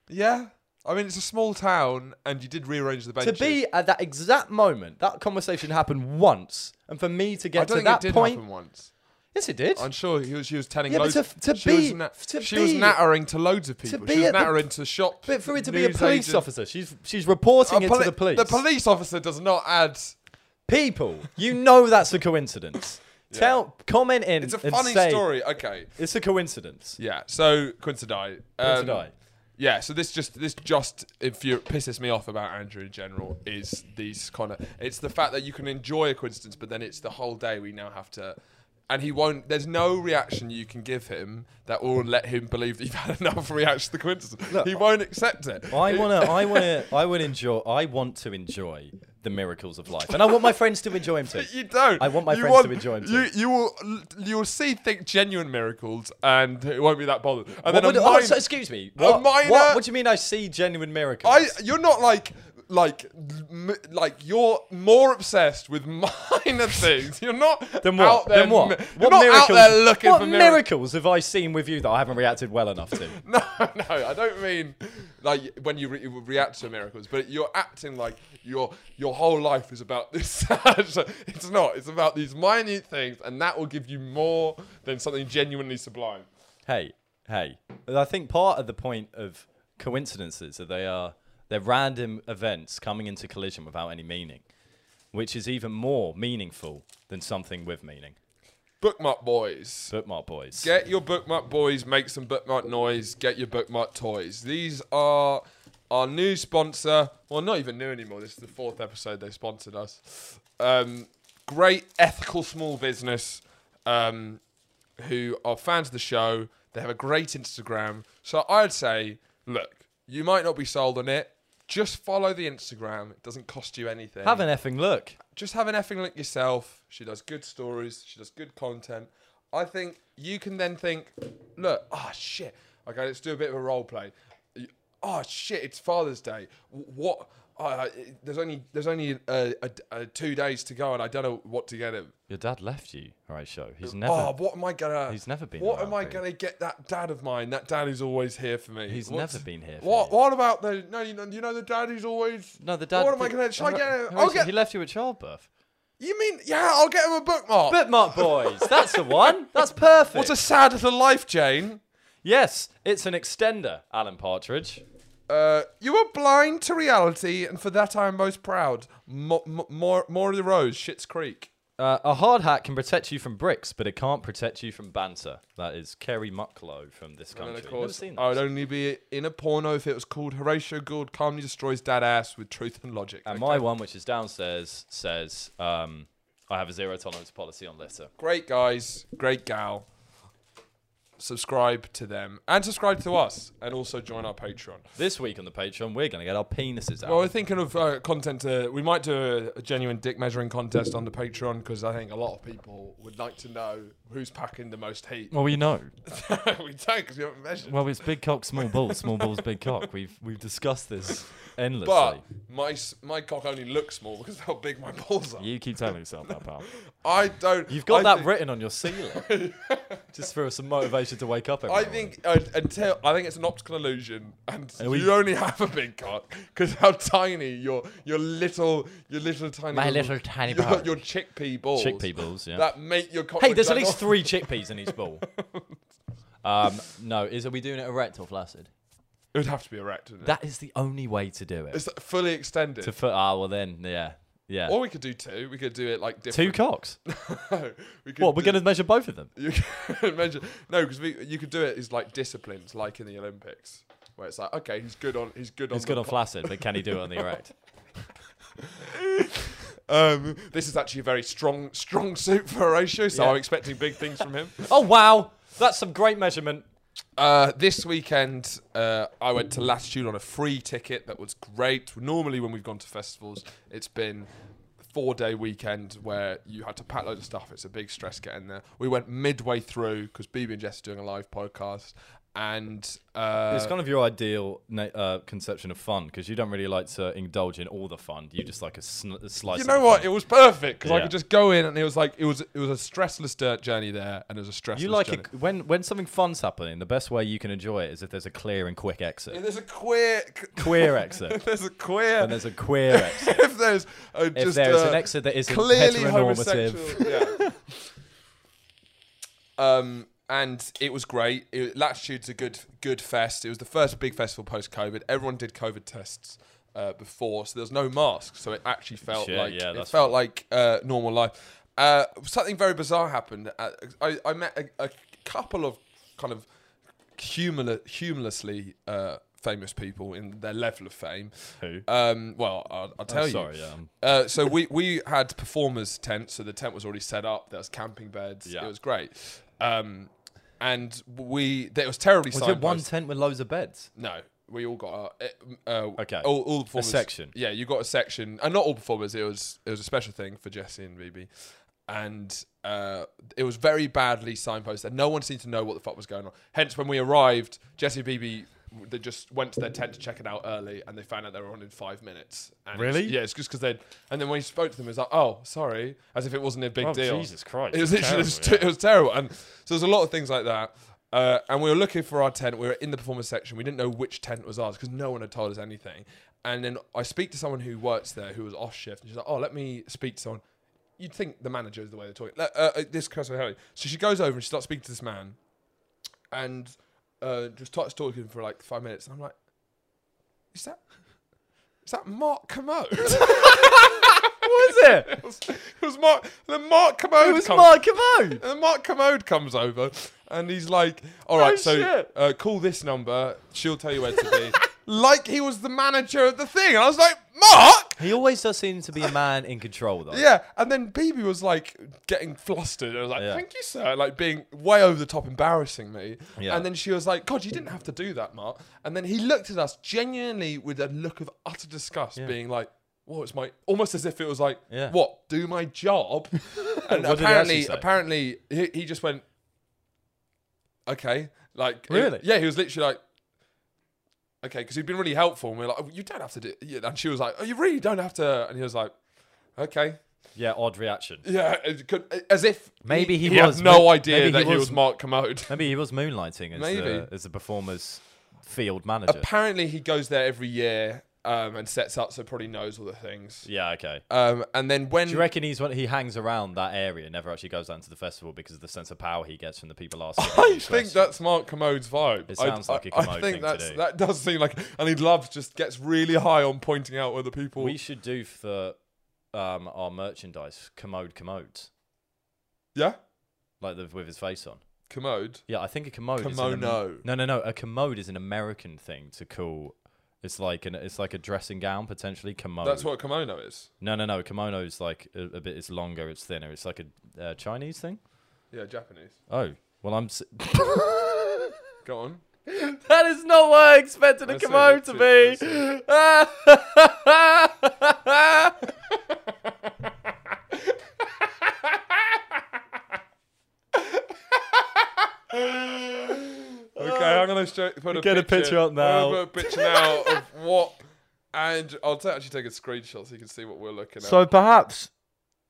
Speaker 1: Yeah. I mean, it's a small town, and you did rearrange the
Speaker 2: To
Speaker 1: benches.
Speaker 2: be at that exact moment, that conversation happened once, and for me to
Speaker 1: I don't
Speaker 2: get to
Speaker 1: think
Speaker 2: that
Speaker 1: it did
Speaker 2: point,
Speaker 1: happen once.
Speaker 2: yes, it did.
Speaker 1: I'm sure he was, she was telling
Speaker 2: Yeah, but
Speaker 1: loads.
Speaker 2: to- to
Speaker 1: she
Speaker 2: be-
Speaker 1: was na-
Speaker 2: to
Speaker 1: she was
Speaker 2: be-
Speaker 1: nattering to loads of people.
Speaker 2: be
Speaker 1: she was
Speaker 2: at the-
Speaker 1: nattering to shops.
Speaker 2: But for it to be a
Speaker 1: news
Speaker 2: police
Speaker 1: agents.
Speaker 2: officer, she's she's reporting
Speaker 1: A
Speaker 2: it
Speaker 1: poli-
Speaker 2: to the police.
Speaker 1: The police officer does not add.
Speaker 2: People, you know that's a coincidence. Tell comment in.
Speaker 1: It's a
Speaker 2: and
Speaker 1: funny
Speaker 2: say,
Speaker 1: story. Okay.
Speaker 2: It's a coincidence.
Speaker 1: Yeah. So coincidai. Um,
Speaker 2: Coincidai.
Speaker 1: Yeah. So this just this just if you pisses me off about Andrew in general is these kind of it's the fact that you can enjoy a coincidence, but then it's the whole day we now have to. And he won't. There's no reaction you can give him that will let him believe that you've had enough reaction to the coincidence. he won't accept it.
Speaker 2: I wanna, I wanna, I would enjoy. I want to enjoy the miracles of life, and I want my friends to enjoy them too.
Speaker 1: You don't.
Speaker 2: I want my
Speaker 1: You
Speaker 2: friends to enjoy them too.
Speaker 1: You, you will. You will see think genuine miracles, and it won't be that bothered. And then
Speaker 2: What
Speaker 1: a
Speaker 2: would- oh,
Speaker 1: minor-
Speaker 2: so- excuse me. What,
Speaker 1: minor-
Speaker 2: what, what do you mean? I see genuine miracles.
Speaker 1: I you're not like like m- like you're more obsessed with minor things. You're not
Speaker 2: then what?
Speaker 1: out there.
Speaker 2: then what?
Speaker 1: mi-
Speaker 2: what
Speaker 1: you're not
Speaker 2: miracles?
Speaker 1: out there looking
Speaker 2: what
Speaker 1: for miracles.
Speaker 2: miracles have I seen with you that I haven't reacted well enough to?
Speaker 1: No, no, I don't mean like when you, re- you react to miracles, but you're acting like your your whole life is about this. it's not. It's about these minute things, and that will give you more than something genuinely sublime.
Speaker 2: hey, hey. I think part of the point of coincidences are they are they're random events coming into collision without any meaning, which is even more meaningful than something with meaning.
Speaker 1: Bookmark boys.
Speaker 2: Bookmark boys.
Speaker 1: Get your bookmark boys, make some bookmark noise, get your bookmark toys. These are our new sponsor. Well, not even new anymore. This is the fourth episode they sponsored us. Um, great ethical small business um, who are fans of the show. They have a great Instagram. So I'd say, look, you might not be sold on it. Just follow the Instagram. It doesn't cost you anything
Speaker 2: Have an effing look.
Speaker 1: just have an effing look yourself. She does good stories. She does good content. I think you can then think, look, ah, shit. Okay, let's do a bit of a role play. You- Oh shit, it's Father's Day. W- What? Uh, there's only there's only uh, a, a two days to go, and I don't know what to get him.
Speaker 2: Your dad left you, Horatio. He's never.
Speaker 1: oh, what am I gonna?
Speaker 2: He's never been
Speaker 1: What
Speaker 2: around
Speaker 1: am I
Speaker 2: for you.
Speaker 1: gonna get that dad of mine? That dad who's always here for me.
Speaker 2: He's never been here for
Speaker 1: what?
Speaker 2: you.
Speaker 1: What about the? No, you know, you know the dad who's always.
Speaker 2: no, the dad.
Speaker 1: What am I
Speaker 2: the-
Speaker 1: gonna? Shall I
Speaker 2: Hor-
Speaker 1: get him? I'll
Speaker 2: Horatio,
Speaker 1: get.
Speaker 2: He left you at childbirth.
Speaker 1: You mean? Yeah, I'll get him a bookmark.
Speaker 2: Bookmark boys. That's the one. That's perfect.
Speaker 1: What's a sad little life, Jane?
Speaker 2: yes, it's an extender, Alan Partridge.
Speaker 1: Uh, you are blind to reality, and for that I am most proud. Mo- mo- more, more of the rose, Shit's Creek.
Speaker 2: Uh, a hard hat can protect you from bricks, but it can't protect you from banter. That is Kerry Mucklow from this
Speaker 1: And
Speaker 2: country.
Speaker 1: then, of
Speaker 2: Never
Speaker 1: course,
Speaker 2: seen that.
Speaker 1: I would only be in a porno if it was called Horatio Gould calmly destroys dad ass with truth and logic.
Speaker 2: and
Speaker 1: Okay.
Speaker 2: my one, which is downstairs, says um, I have a zero tolerance policy on litter.
Speaker 1: great guys, great gal. subscribe to them and subscribe to us, and also join our Patreon.
Speaker 2: This week on the Patreon, we're going to get our penises out.
Speaker 1: Well, we're thinking of uh, content. To, we might do a, a genuine dick measuring contest on the Patreon because I think a lot of people would like to know who's packing the most heat.
Speaker 2: well, we know.
Speaker 1: we don't because we haven't measured.
Speaker 2: Well, it's big cock, small balls, small balls, big cock. We've we've discussed this endlessly.
Speaker 1: but my s- my cock only looks small because of how big my balls are.
Speaker 4: You keep telling yourself that, pal.
Speaker 1: I don't.
Speaker 2: You've got
Speaker 1: I
Speaker 2: that
Speaker 1: thi-
Speaker 2: written on your ceiling, just for some motivation to wake up. Every
Speaker 1: I
Speaker 2: morning.
Speaker 1: think uh, until I think it's an optical illusion, and
Speaker 2: we-
Speaker 1: you only have a big cock because how tiny your your little your little tiny
Speaker 3: My little tiny
Speaker 1: your,
Speaker 3: balls.
Speaker 1: your chickpea balls
Speaker 2: chickpea balls. Yeah.
Speaker 1: that make your cock.
Speaker 2: hey, there's at
Speaker 1: look
Speaker 2: least
Speaker 1: like- oh,
Speaker 2: three chickpeas in each ball. Um, no, is are we doing it erect or flaccid?
Speaker 1: It would have to be erect. Wouldn't it?
Speaker 2: That is the only way to do it.
Speaker 1: It's fully extended.
Speaker 2: To foot. Ah, well then, yeah, yeah.
Speaker 1: or we could do two. We could do it like
Speaker 2: Two
Speaker 1: different.
Speaker 2: cocks.
Speaker 1: Two. we could
Speaker 2: What? We're
Speaker 1: do-
Speaker 2: going to measure both of them.
Speaker 1: You can measure. No, because you could do it as like disciplines, like in the Olympics, where it's like, okay, he's good on. He's good on.
Speaker 2: He's
Speaker 1: the
Speaker 2: good on
Speaker 1: po-
Speaker 2: flaccid, but can he do it on the erect?
Speaker 1: Um, this is actually a very strong, strong suit for Horatio, so
Speaker 2: Yeah.
Speaker 1: I'm expecting big things from him.
Speaker 2: Oh wow, that's some great measurement.
Speaker 1: Uh, this weekend, uh, I went to Latitude on a free ticket. That was great. Normally, when we've gone to festivals, it's been four day weekend where you had to pack loads of stuff. It's a big stress getting there. We went midway through because BB and Jess are doing a live podcast, and uh,
Speaker 2: it's kind of your ideal na- uh, conception of fun because you don't really like to indulge in all the fun. You just like a, sn- a slice.
Speaker 1: you
Speaker 2: of
Speaker 1: know
Speaker 2: the
Speaker 1: what?
Speaker 2: fun.
Speaker 1: It was perfect because I
Speaker 2: Yeah.
Speaker 1: could just go in, and it was like it was it was a stressless dirt journey there, and it was a stressless.
Speaker 2: You like
Speaker 1: journey.
Speaker 2: it when when something fun's happening. The best way you can enjoy it is if there's a clear and quick exit.
Speaker 1: There's a quick.
Speaker 2: Queer exit.
Speaker 1: There's a queer.
Speaker 2: And there's a queer exit.
Speaker 1: if there's uh,
Speaker 2: If
Speaker 1: just
Speaker 2: there is
Speaker 1: uh,
Speaker 2: an exit that isn't
Speaker 1: clearly
Speaker 2: heteronormative,
Speaker 1: homosexual. Yeah. um, and it was great. It, Latitude's a good good fest. It was the first big festival post COVID. Everyone did COVID tests. Uh, before, so there was no mask, so it actually felt
Speaker 2: Shit,
Speaker 1: like
Speaker 2: yeah,
Speaker 1: it
Speaker 2: that's
Speaker 1: felt like uh, normal life. Uh, something very bizarre happened. Uh, I, I met a, a couple of kind of cumula- cumulously uh, famous people in their level of fame.
Speaker 2: Who? Oh,
Speaker 1: Um, well, I'll, I'll tell you.
Speaker 2: sorry, um, yeah, I'm-
Speaker 1: Uh, so we we had performers tent, so the tent was already set up. There was camping beds.
Speaker 2: Yeah.
Speaker 1: It was great. Um, and we it was terribly.
Speaker 2: was it one
Speaker 1: signposted.
Speaker 2: tent with loads of beds?
Speaker 1: No, we all got our uh, uh,
Speaker 2: Okay.
Speaker 1: All, all the performers,
Speaker 2: section.
Speaker 1: Yeah, you got a section, and not all performers. It was it was a special thing for Jesse and BB, and uh, it was very badly signposted. No one seemed to know what the fuck was going on. Hence, when we arrived, Jesse and BB. They just went to their tent to check it out early, and they found out they were on in five minutes. And it's-
Speaker 2: Really?
Speaker 1: Yeah, it's just because they. And then when we spoke to them, it was like, "Oh, sorry," as if it wasn't a big
Speaker 4: Oh,
Speaker 1: deal.
Speaker 4: Jesus Christ,
Speaker 1: It was
Speaker 4: that's
Speaker 1: literally it was,
Speaker 4: terrible,
Speaker 1: it was terrible, and so there's a lot of things like that. Uh, and we were looking for our tent. We were in the performance section. We didn't know which tent was ours because no one had told us anything. And then I speak to someone who works there who was off shift, and she's like, "Oh, let me speak to someone." You'd think the manager is the way they're talking. Le- Uh, uh, this customer, help me. so she goes over and she starts speaking to this man, and uh, just starts talking for like five minutes. And I'm like, "Is that is that Mark Commode?"
Speaker 2: What is it?
Speaker 1: It was Mark. And then Mark Commode.
Speaker 2: It was
Speaker 1: comes-
Speaker 2: Mark Cavone.
Speaker 1: And then Mark Commode comes over and he's like, "All right, so
Speaker 4: shit.
Speaker 1: uh, call this number. She'll tell you where to be." like he was the manager of the thing. And I was like, "Mark."
Speaker 2: He always does seem to be a man in control, though.
Speaker 1: Yeah, and then BB was like getting flustered. and I was like,
Speaker 2: Yeah.
Speaker 1: "Thank you, sir," like being way over the top, embarrassing me.
Speaker 2: Yeah.
Speaker 1: And then she was like, "God, you didn't have to do that, Mark." And then he looked at us genuinely with a look of utter disgust, being like, "Well, it's my," almost as if it was like,
Speaker 2: Yeah.
Speaker 1: "What? Do my job?" and
Speaker 2: What did he actually
Speaker 1: apparently,
Speaker 2: say?
Speaker 1: apparently, he, he just went, "Okay," like he-
Speaker 2: Really?
Speaker 1: yeah, he was literally like. Okay, because he'd been really helpful, and we are like, oh, "You don't have to do." Yeah, and she was like, "Oh, you really don't have to." And he was like, "Okay,
Speaker 2: Yeah, odd reaction.
Speaker 1: yeah, it could, as if
Speaker 2: Maybe he
Speaker 1: had
Speaker 2: was-
Speaker 1: no
Speaker 2: may-
Speaker 1: idea
Speaker 2: maybe he
Speaker 1: that he was,
Speaker 2: was-
Speaker 1: Mark Commode.
Speaker 2: Maybe he was moonlighting as,
Speaker 1: Maybe.
Speaker 2: The, as the performer's field manager.
Speaker 1: Apparently, he goes there every year um, and sets up, so probably knows all the things.
Speaker 2: yeah, okay.
Speaker 1: Um, and then when
Speaker 2: Do you reckon he's one, he hangs around that area and never actually goes down to the festival because of the sense of power he gets from the people asking? him
Speaker 1: I
Speaker 2: these
Speaker 1: think
Speaker 2: questions?
Speaker 1: that's Mark Commode's vibe.
Speaker 2: It
Speaker 1: I-
Speaker 2: sounds like a
Speaker 1: I- I
Speaker 2: Commode
Speaker 1: think
Speaker 2: thing to
Speaker 1: that's,
Speaker 2: do.
Speaker 1: that does seem like, and he loves just gets really high on pointing out other people.
Speaker 2: we should do for um, our merchandise commode commodes
Speaker 1: yeah,
Speaker 2: like the, with his face on.
Speaker 1: Commode.
Speaker 2: Yeah, I think a commode. Is an, Am-
Speaker 1: Kimono.
Speaker 2: no, no, no. A commode is an American thing to call. It's like an it's like a dressing gown potentially commode.
Speaker 1: That's what a kimono is.
Speaker 2: No, no, no. Kimono is like a, a bit. It's longer. It's thinner. It's like a uh, Chinese thing.
Speaker 1: Yeah, Japanese.
Speaker 2: Oh, well, I'm. s-
Speaker 1: Go on.
Speaker 2: That is not what I expected a
Speaker 1: That's it,
Speaker 2: kimono to
Speaker 1: that's
Speaker 2: be. Ah. Oh.
Speaker 1: Okay, I'm gonna show, put a
Speaker 2: Get a picture up
Speaker 1: I'm gonna
Speaker 2: now.
Speaker 1: Put a picture now of what, and I'll ta- actually take a screenshot so you can see what we're looking at.
Speaker 2: so perhaps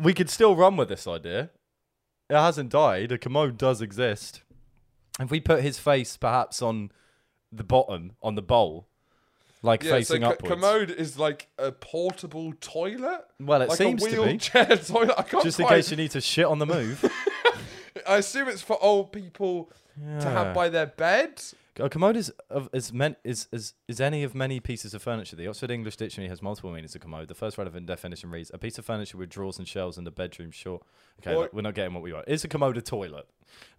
Speaker 2: we could still run with this idea. It hasn't died. A kimono does exist. If we put his face perhaps on the bottom, on the bowl, like facing
Speaker 1: so co-
Speaker 2: upwards.
Speaker 1: commode is like a portable toilet.
Speaker 2: Well, it
Speaker 1: like
Speaker 2: seems
Speaker 1: a
Speaker 2: to be.
Speaker 1: wheelchair toilet. I can't
Speaker 2: just in
Speaker 1: quite,
Speaker 2: case you need to shit on the move.
Speaker 1: I assume it's for old people to
Speaker 2: Yeah.
Speaker 1: have by their bed.
Speaker 2: A commode is of is meant is is is any of many pieces of furniture. The Oxford English Dictionary has multiple meanings of commode. The first relevant definition reads a piece of furniture with drawers and shelves in the bedroom short. Okay,
Speaker 1: What?
Speaker 2: look, we're not getting what we want. Is a commode a toilet?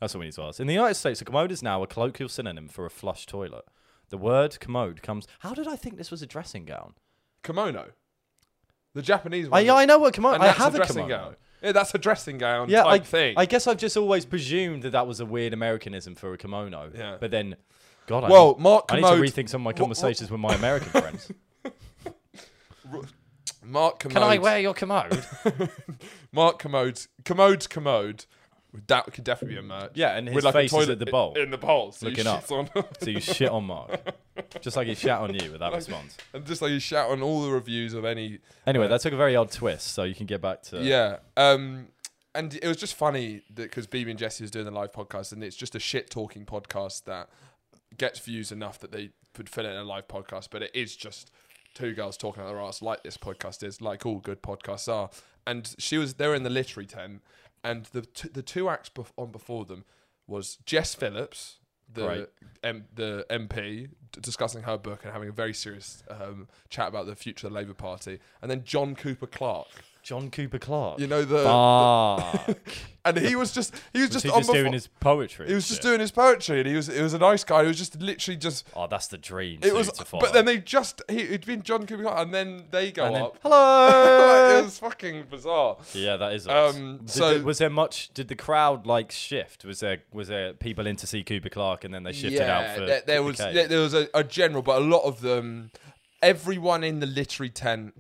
Speaker 2: That's what we need to ask. In the United States, a commode is now a colloquial synonym for a flush toilet. The word commode comes. How did I think this was a dressing gown?
Speaker 1: Kimono, the Japanese one.
Speaker 2: I, I know what kimono.
Speaker 1: and
Speaker 2: I
Speaker 1: that's
Speaker 2: have
Speaker 1: a
Speaker 2: a,
Speaker 1: dressing
Speaker 2: kimono.
Speaker 1: gown. Yeah, that's a dressing gown
Speaker 2: Yeah,
Speaker 1: type
Speaker 2: I,
Speaker 1: thing.
Speaker 2: I guess I've just always presumed that that was a weird Americanism for a kimono.
Speaker 1: Yeah.
Speaker 2: But then, God, I
Speaker 1: well,
Speaker 2: need-
Speaker 1: Mark
Speaker 2: I need
Speaker 1: Commode,
Speaker 2: to rethink some of my conversations with my American friends.
Speaker 1: Mark Commode,
Speaker 2: Can I wear your commode?
Speaker 1: Mark Commode's Commode's Commode. That could definitely be a merch.
Speaker 2: Yeah, and his
Speaker 1: With like
Speaker 2: face
Speaker 1: a
Speaker 2: is
Speaker 1: toilet
Speaker 2: at the
Speaker 1: i-
Speaker 2: bowl.
Speaker 1: In the bowl, so
Speaker 2: Looking
Speaker 1: he
Speaker 2: up.
Speaker 1: shits on.
Speaker 2: so you shit on Mark, just like he shat on you with that response.
Speaker 1: and just like you shout on all the reviews of any
Speaker 2: Anyway, that took a very odd twist. So you can get back to
Speaker 1: Yeah. Um, and it was just funny because BB and Jesse was doing the live podcast, and it's just a shit talking podcast that gets views enough that they could fill it in a live podcast, but it is just two girls talking out their arse like this podcast is, like all good podcasts are. And she was they were in the literary tent, and the t- the two acts bef- on before them was Jess Phillips, the
Speaker 2: Right.
Speaker 1: M- the MP, d- discussing her book and having a very serious um, chat about the future of the Labour Party, and then John Cooper Clarke.
Speaker 2: John Cooper Clarke.
Speaker 1: You know the,
Speaker 2: Fuck.
Speaker 1: and he was just he was
Speaker 2: Was
Speaker 1: just
Speaker 2: he
Speaker 1: on
Speaker 2: just doing
Speaker 1: befo-
Speaker 2: his poetry.
Speaker 1: he was just
Speaker 2: shit?
Speaker 1: doing his poetry and he was it was a nice guy. He was just literally just
Speaker 2: Oh, that's the dream.
Speaker 1: it
Speaker 2: too,
Speaker 1: was
Speaker 2: to follow.
Speaker 1: but then they just he, it'd been John Cooper Clarke, and then they go
Speaker 2: And then-
Speaker 1: up.
Speaker 2: hello.
Speaker 1: Like, it was fucking bizarre.
Speaker 2: Yeah, that is. Odd.
Speaker 1: Um,
Speaker 2: Did
Speaker 1: so-
Speaker 2: the- was there much? Did the crowd like shift? Was there was there people in to see Cooper Clark and then they shifted out for
Speaker 1: there, there
Speaker 2: the
Speaker 1: was
Speaker 2: cave?
Speaker 1: there, there was a, a general, but a lot of them, everyone in the literary tent,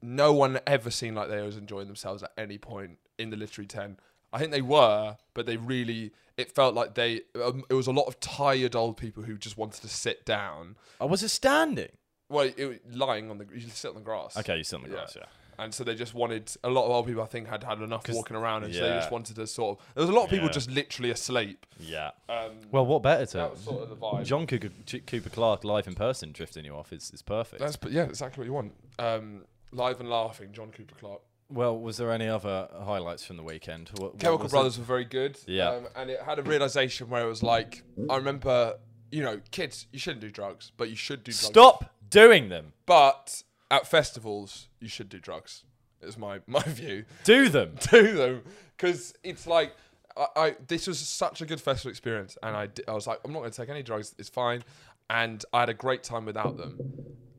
Speaker 1: no one ever seemed like they was enjoying themselves at any point in the literary tent. I think they were, but they really it felt like they um, it was a lot of tired old people who just wanted to sit down.
Speaker 2: Oh, was it standing?
Speaker 1: Well, it, was lying on the you sit on the grass.
Speaker 2: Okay, you sit on the grass. Yeah.
Speaker 1: And so they just wanted a lot of old people. I think had had enough walking around, and so they
Speaker 2: yeah.
Speaker 1: just wanted to sort of. There was a lot of people
Speaker 2: Yeah.
Speaker 1: just literally asleep.
Speaker 2: Yeah.
Speaker 1: Um,
Speaker 2: Well, what better to
Speaker 1: that was sort of the vibe.
Speaker 2: John Cooper, Ch- Cooper Clark live in person drifting you off is, is perfect.
Speaker 1: That's but yeah, exactly what you want. Um, live and laughing, John Cooper Clarke.
Speaker 2: well, was there any other highlights from the weekend? What, what
Speaker 1: Chemical
Speaker 2: was it?
Speaker 1: Brothers were very good.
Speaker 2: Yeah.
Speaker 1: um, and it had a realization where it was like, I remember, you know, kids, you shouldn't do drugs, but you should do drugs.
Speaker 2: Stop doing them.
Speaker 1: But at festivals, you should do drugs. Is my my view.
Speaker 2: Do them.
Speaker 1: do them because it's like I, I this was such a good festival experience and I, di- I was like i'm not going to take any drugs it's fine and i had a great time without them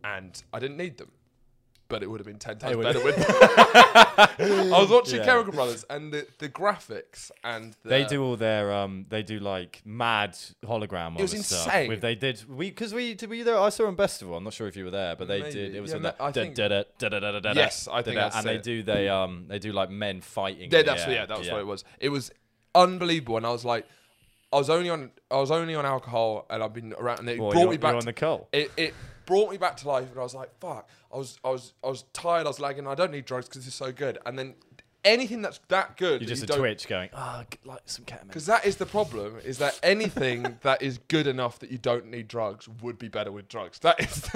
Speaker 1: and i didn't need them but it would have been 10 times
Speaker 2: would-
Speaker 1: better with them. i was watching
Speaker 2: Yeah.
Speaker 1: chemical brothers and the, the graphics and the,
Speaker 2: They do all their um. They do like mad hologram. It
Speaker 1: was insane.
Speaker 2: If they did, we because we did we there. I saw them festival. I'm not sure if you were there, but they did.
Speaker 1: Maybe.
Speaker 2: It was
Speaker 1: Yeah,
Speaker 2: in
Speaker 1: ma-
Speaker 2: that.
Speaker 1: I
Speaker 2: da-
Speaker 1: think-
Speaker 2: da- da- da- da- da- da- da-
Speaker 1: Yes, I
Speaker 2: da-
Speaker 1: think
Speaker 2: da-
Speaker 1: that's
Speaker 2: And they
Speaker 1: it.
Speaker 2: do they um. They do like men fighting. in
Speaker 1: yeah
Speaker 2: the
Speaker 1: that's
Speaker 2: air.
Speaker 1: yeah that was what it was it was unbelievable and i was like i was only on i was only on alcohol and i've been around and it
Speaker 2: Well,
Speaker 1: brought
Speaker 2: you're-
Speaker 1: me back
Speaker 2: you're on
Speaker 1: to-
Speaker 2: the cull.
Speaker 1: it, it brought me back to life and I was like, fuck, I was I was I was tired, I was lagging, I don't need drugs because it's so good. And then anything that's that good
Speaker 2: You're
Speaker 1: that
Speaker 2: just
Speaker 1: you
Speaker 2: a
Speaker 1: don't-
Speaker 2: twitch going. Ah, g like some ketamine.
Speaker 1: because that is the problem is that anything that is good enough that you don't need drugs would be better with drugs. That is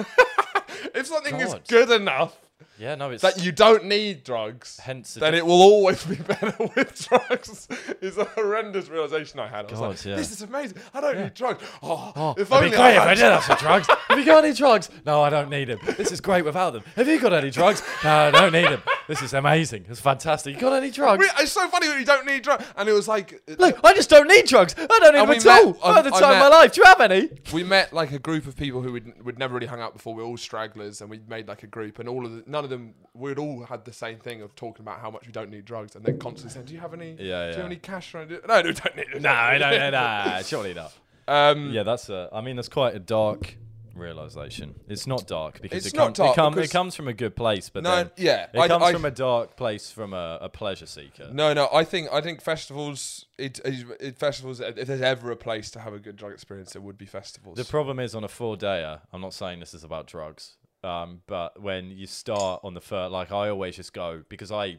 Speaker 1: if something is
Speaker 2: God.
Speaker 1: good enough
Speaker 2: Yeah, no, it's
Speaker 1: that you don't need drugs,
Speaker 2: Hence the
Speaker 1: then it will always be better with drugs. Is a horrendous realization I had. I was like,
Speaker 2: God, yeah.
Speaker 1: this is amazing. I don't need drugs. Oh, if
Speaker 2: It'd
Speaker 1: only
Speaker 2: be great if
Speaker 1: had
Speaker 2: I did have some drugs. Have you got any drugs? No, I don't need them. This is great without them. Have you got any drugs? No, I don't need them. This is amazing. It's fantastic. You got any drugs?
Speaker 1: Re- It's so funny when you don't need drugs. And it was like,
Speaker 2: Look, I just don't need drugs. I don't need
Speaker 1: And
Speaker 2: them
Speaker 1: we
Speaker 2: at
Speaker 1: met-
Speaker 2: all.
Speaker 1: I-
Speaker 2: I had the
Speaker 1: I
Speaker 2: time of my
Speaker 1: met-
Speaker 2: life. Do you have any?
Speaker 1: we met like a group of people who would would never really hung out before. We were all stragglers, and we made like a group, and all of the, none of them we'd all had the same thing of talking about how much we don't need drugs, and then constantly saying, "Do you have any?
Speaker 2: Yeah,
Speaker 1: do you
Speaker 2: yeah.
Speaker 1: have any cash?" Around? here?" No, we don't need. it."
Speaker 2: No, no, no, no. Surely not.
Speaker 1: Um,
Speaker 2: Yeah, that's a. I mean, that's quite a dark realization. It's not dark because
Speaker 1: It's
Speaker 2: it,
Speaker 1: not
Speaker 2: come-
Speaker 1: dark
Speaker 2: it, come-
Speaker 1: because-
Speaker 2: it comes from a good place, but
Speaker 1: No,
Speaker 2: then
Speaker 1: yeah,
Speaker 2: it
Speaker 1: I-
Speaker 2: comes
Speaker 1: I-
Speaker 2: from a dark place from a, a pleasure seeker.
Speaker 1: No, no. I think I think festivals. It, it, it- festivals. If there's ever a place to have a good drug experience, it would be festivals.
Speaker 2: The problem is on a four dayer. I'm not saying this is about drugs, um, but when you start on the first, like I always just go because I.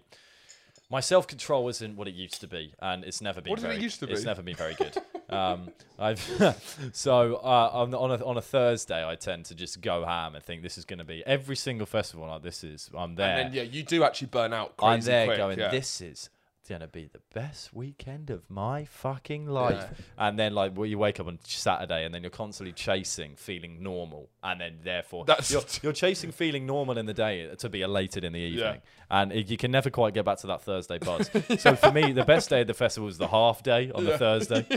Speaker 2: My self control isn't what it used to be, and it's never been.
Speaker 1: What did it
Speaker 2: very,
Speaker 1: used to
Speaker 2: It's
Speaker 1: be?
Speaker 2: never been very good. um, I've so uh, on on a, on a Thursday, I tend to just go ham and think this is going to be every single festival. Like this is, I'm there.
Speaker 1: and then yeah, you do actually burn out. Crazy
Speaker 2: I'm there
Speaker 1: quick,
Speaker 2: going,
Speaker 1: yeah.
Speaker 2: this is gonna be the best weekend of my fucking life. And then like well, you wake up on Saturday and then you're constantly chasing feeling normal and then therefore
Speaker 1: That's-
Speaker 2: you're, you're chasing feeling normal in the day to be elated in the evening. And it, you can never quite get back to that Thursday buzz. so for me, the best day of the festival is the half day on the Thursday.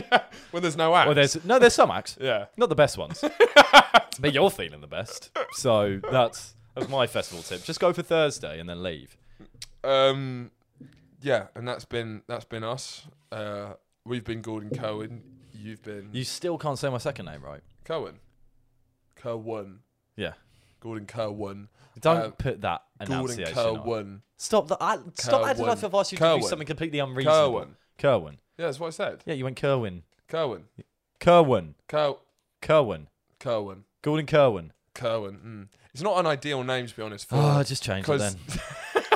Speaker 1: when there's no act.
Speaker 2: Well, there's no, there's some acts.
Speaker 1: Yeah.
Speaker 2: not the best ones, but you're feeling the best. So that's that's my festival tip. Just go for Thursday and then leave.
Speaker 1: um, yeah, and that's been that's been us. Uh, we've been Gordon Cohen. You've been
Speaker 2: You still can't say my second name right.
Speaker 1: Cohen. Kerwin.
Speaker 2: Yeah.
Speaker 1: Gordon Kerwin.
Speaker 2: Don't
Speaker 1: Uh,
Speaker 2: put that
Speaker 1: Gordon
Speaker 2: enunciation on.
Speaker 1: Kerwin.
Speaker 2: Stop that! I, stop acting
Speaker 1: Kerwin.
Speaker 2: like I've asked you to
Speaker 1: Kerwin.
Speaker 2: do something completely unreasonable.
Speaker 1: Kerwin.
Speaker 2: Kerwin.
Speaker 1: Yeah, that's what I said.
Speaker 2: Yeah, you went Kerwin.
Speaker 1: Kerwin.
Speaker 2: Kerwin.
Speaker 1: Ker.
Speaker 2: Kerwin.
Speaker 1: Kerwin.
Speaker 2: Gordon Kerwin.
Speaker 1: Kerwin. Mm. It's not an ideal name to be honest. For
Speaker 2: Oh, just change it
Speaker 1: 'Cause-
Speaker 2: then.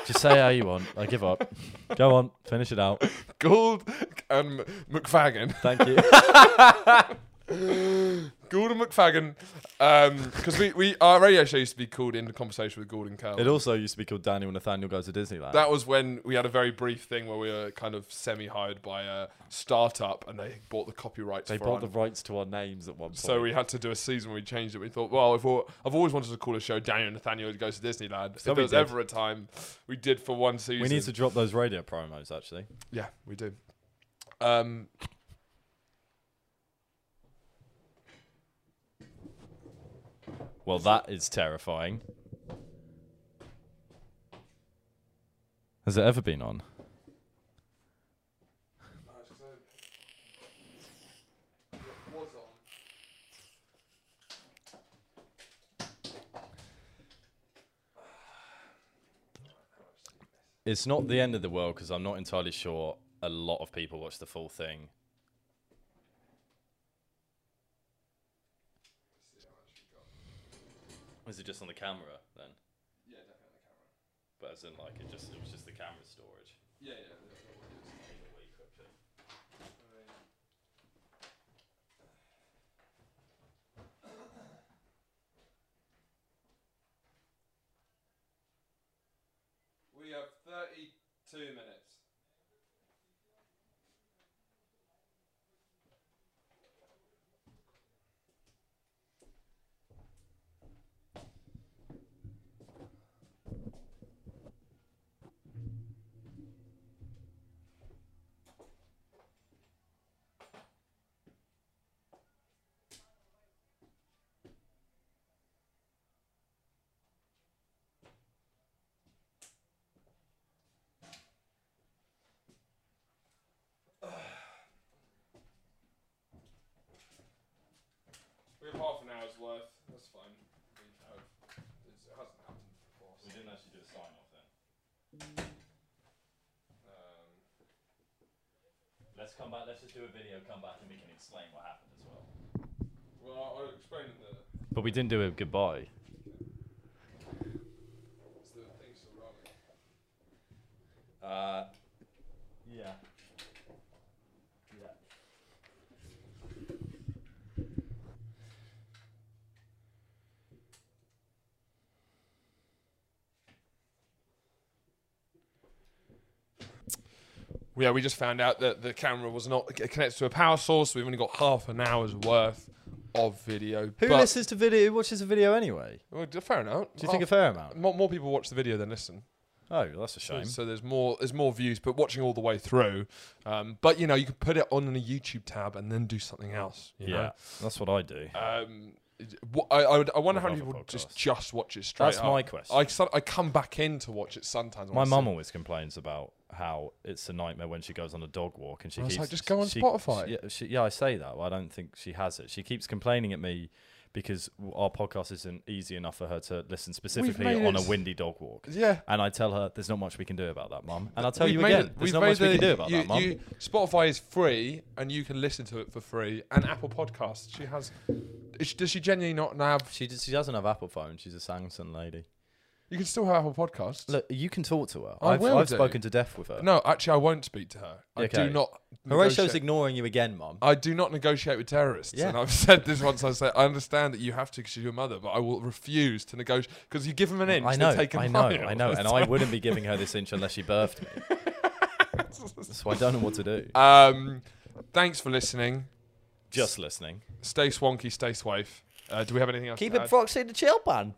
Speaker 2: just say how you want. I give up. Go on, finish it out.
Speaker 1: Gould and McFagan.
Speaker 2: Thank you.
Speaker 1: Gordon McFagan, because um, we, we our radio show used to be called In the Conversation with Gordon Cowan.
Speaker 2: it also used to be called Daniel Nathaniel Goes to Disneyland.
Speaker 1: that was when we had a very brief thing where we were kind of semi-hired by a startup, and they bought the copyrights.
Speaker 2: they
Speaker 1: for
Speaker 2: bought
Speaker 1: our-
Speaker 2: the rights to our names at one point.
Speaker 1: so we had to do a season. where We changed it. We thought, well, I've, al- I've always wanted to call a show Daniel Nathaniel Goes to Disneyland.
Speaker 2: So
Speaker 1: if
Speaker 2: we
Speaker 1: there was
Speaker 2: did.
Speaker 1: ever a time, we did for one season.
Speaker 2: we need to drop those radio promos actually.
Speaker 1: Yeah, we do. Um,
Speaker 2: Well, that is terrifying. Has it ever been on? It's not the end of the world because I'm not entirely sure a lot of people watch the full thing. Was it just on the camera then? Yeah, definitely the camera. But as in, like, it just it was just the camera storage.
Speaker 1: we have thirty-two minutes. We have half an hour's worth. That's fine. We have, it's, it hasn't happened before. so,
Speaker 2: We didn't actually do a sign off then.
Speaker 1: um,
Speaker 2: Let's come back. Let's just do a video. Come back and we can explain what happened as well.
Speaker 1: well, I'll explain in the.
Speaker 2: But we didn't do a goodbye.
Speaker 1: It's the things that are wrong.
Speaker 2: Uh, yeah. Yeah.
Speaker 1: Yeah, we just found out that the camera was not c- connected to a power source. We've only got half an hour's worth of video.
Speaker 2: Who
Speaker 1: but-
Speaker 2: listens to video? Who watches the video anyway?
Speaker 1: Well, d- fair enough.
Speaker 2: Do you think a
Speaker 1: Half-
Speaker 2: fair amount?
Speaker 1: more, more people watch the video than listen?
Speaker 2: Oh, well, that's a shame.
Speaker 1: So there's more there's more views, but watching all the way through. Um, but you know, you could put it on a YouTube tab and then do something else. You
Speaker 2: Yeah, that's what I do.
Speaker 1: Know? Um, it- wh- I, I, would- I wonder how many
Speaker 2: With
Speaker 1: people
Speaker 2: other
Speaker 1: just
Speaker 2: podcasts.
Speaker 1: just watch it straight.
Speaker 2: That's my
Speaker 1: up.
Speaker 2: question.
Speaker 1: I, so- I come back in to watch it sometimes. when
Speaker 2: My
Speaker 1: I sit-
Speaker 2: mum always complains about how it's a nightmare when she goes on a dog walk and she
Speaker 1: I was
Speaker 2: keeps
Speaker 1: like, "Just go on
Speaker 2: she-
Speaker 1: Spotify."
Speaker 2: she- yeah, she- yeah, I say that. but I don't think she has it. She keeps complaining at me because w- our podcast isn't easy enough for her to listen
Speaker 1: made
Speaker 2: specifically on a
Speaker 1: it-
Speaker 2: windy dog walk.
Speaker 1: Yeah.
Speaker 2: And I tell her, "There's not much we can do about that, mum." And I'll tell
Speaker 1: We've
Speaker 2: you
Speaker 1: made
Speaker 2: again,
Speaker 1: it-
Speaker 2: "There's
Speaker 1: we've
Speaker 2: not much
Speaker 1: made
Speaker 2: we can
Speaker 1: the-
Speaker 2: do about
Speaker 1: you-
Speaker 2: that, mum."
Speaker 1: you- Spotify is free, and you can listen to it for free, and Apple Podcasts. She has. is- Does she genuinely not have?
Speaker 2: She just, she doesn't have Apple phone. She's a Samsung lady.
Speaker 1: You can still have Apple Podcasts.
Speaker 2: Look, you can talk to her.
Speaker 1: I
Speaker 2: I've,
Speaker 1: will
Speaker 2: I've
Speaker 1: do.
Speaker 2: spoken to death with her.
Speaker 1: No, actually, I won't speak to her. I
Speaker 2: Okay.
Speaker 1: do not.
Speaker 2: Horatio's
Speaker 1: negotiate-
Speaker 2: ignoring you again, mum.
Speaker 1: I do not negotiate with terrorists,
Speaker 2: Yeah.
Speaker 1: and I've said this once. I say I understand that you have to because you're your mother, but I will refuse to negotiate because you give them an inch,
Speaker 2: I
Speaker 1: they
Speaker 2: know,
Speaker 1: take a
Speaker 2: I know,
Speaker 1: mile.
Speaker 2: I know, and I wouldn't be giving her this inch unless she birthed me. so I don't know what to do.
Speaker 1: Um, thanks for listening.
Speaker 2: Just listening.
Speaker 1: Stay swanky, stay swafe. Uh, do we have anything else? to add?
Speaker 2: Foxy the chill pan.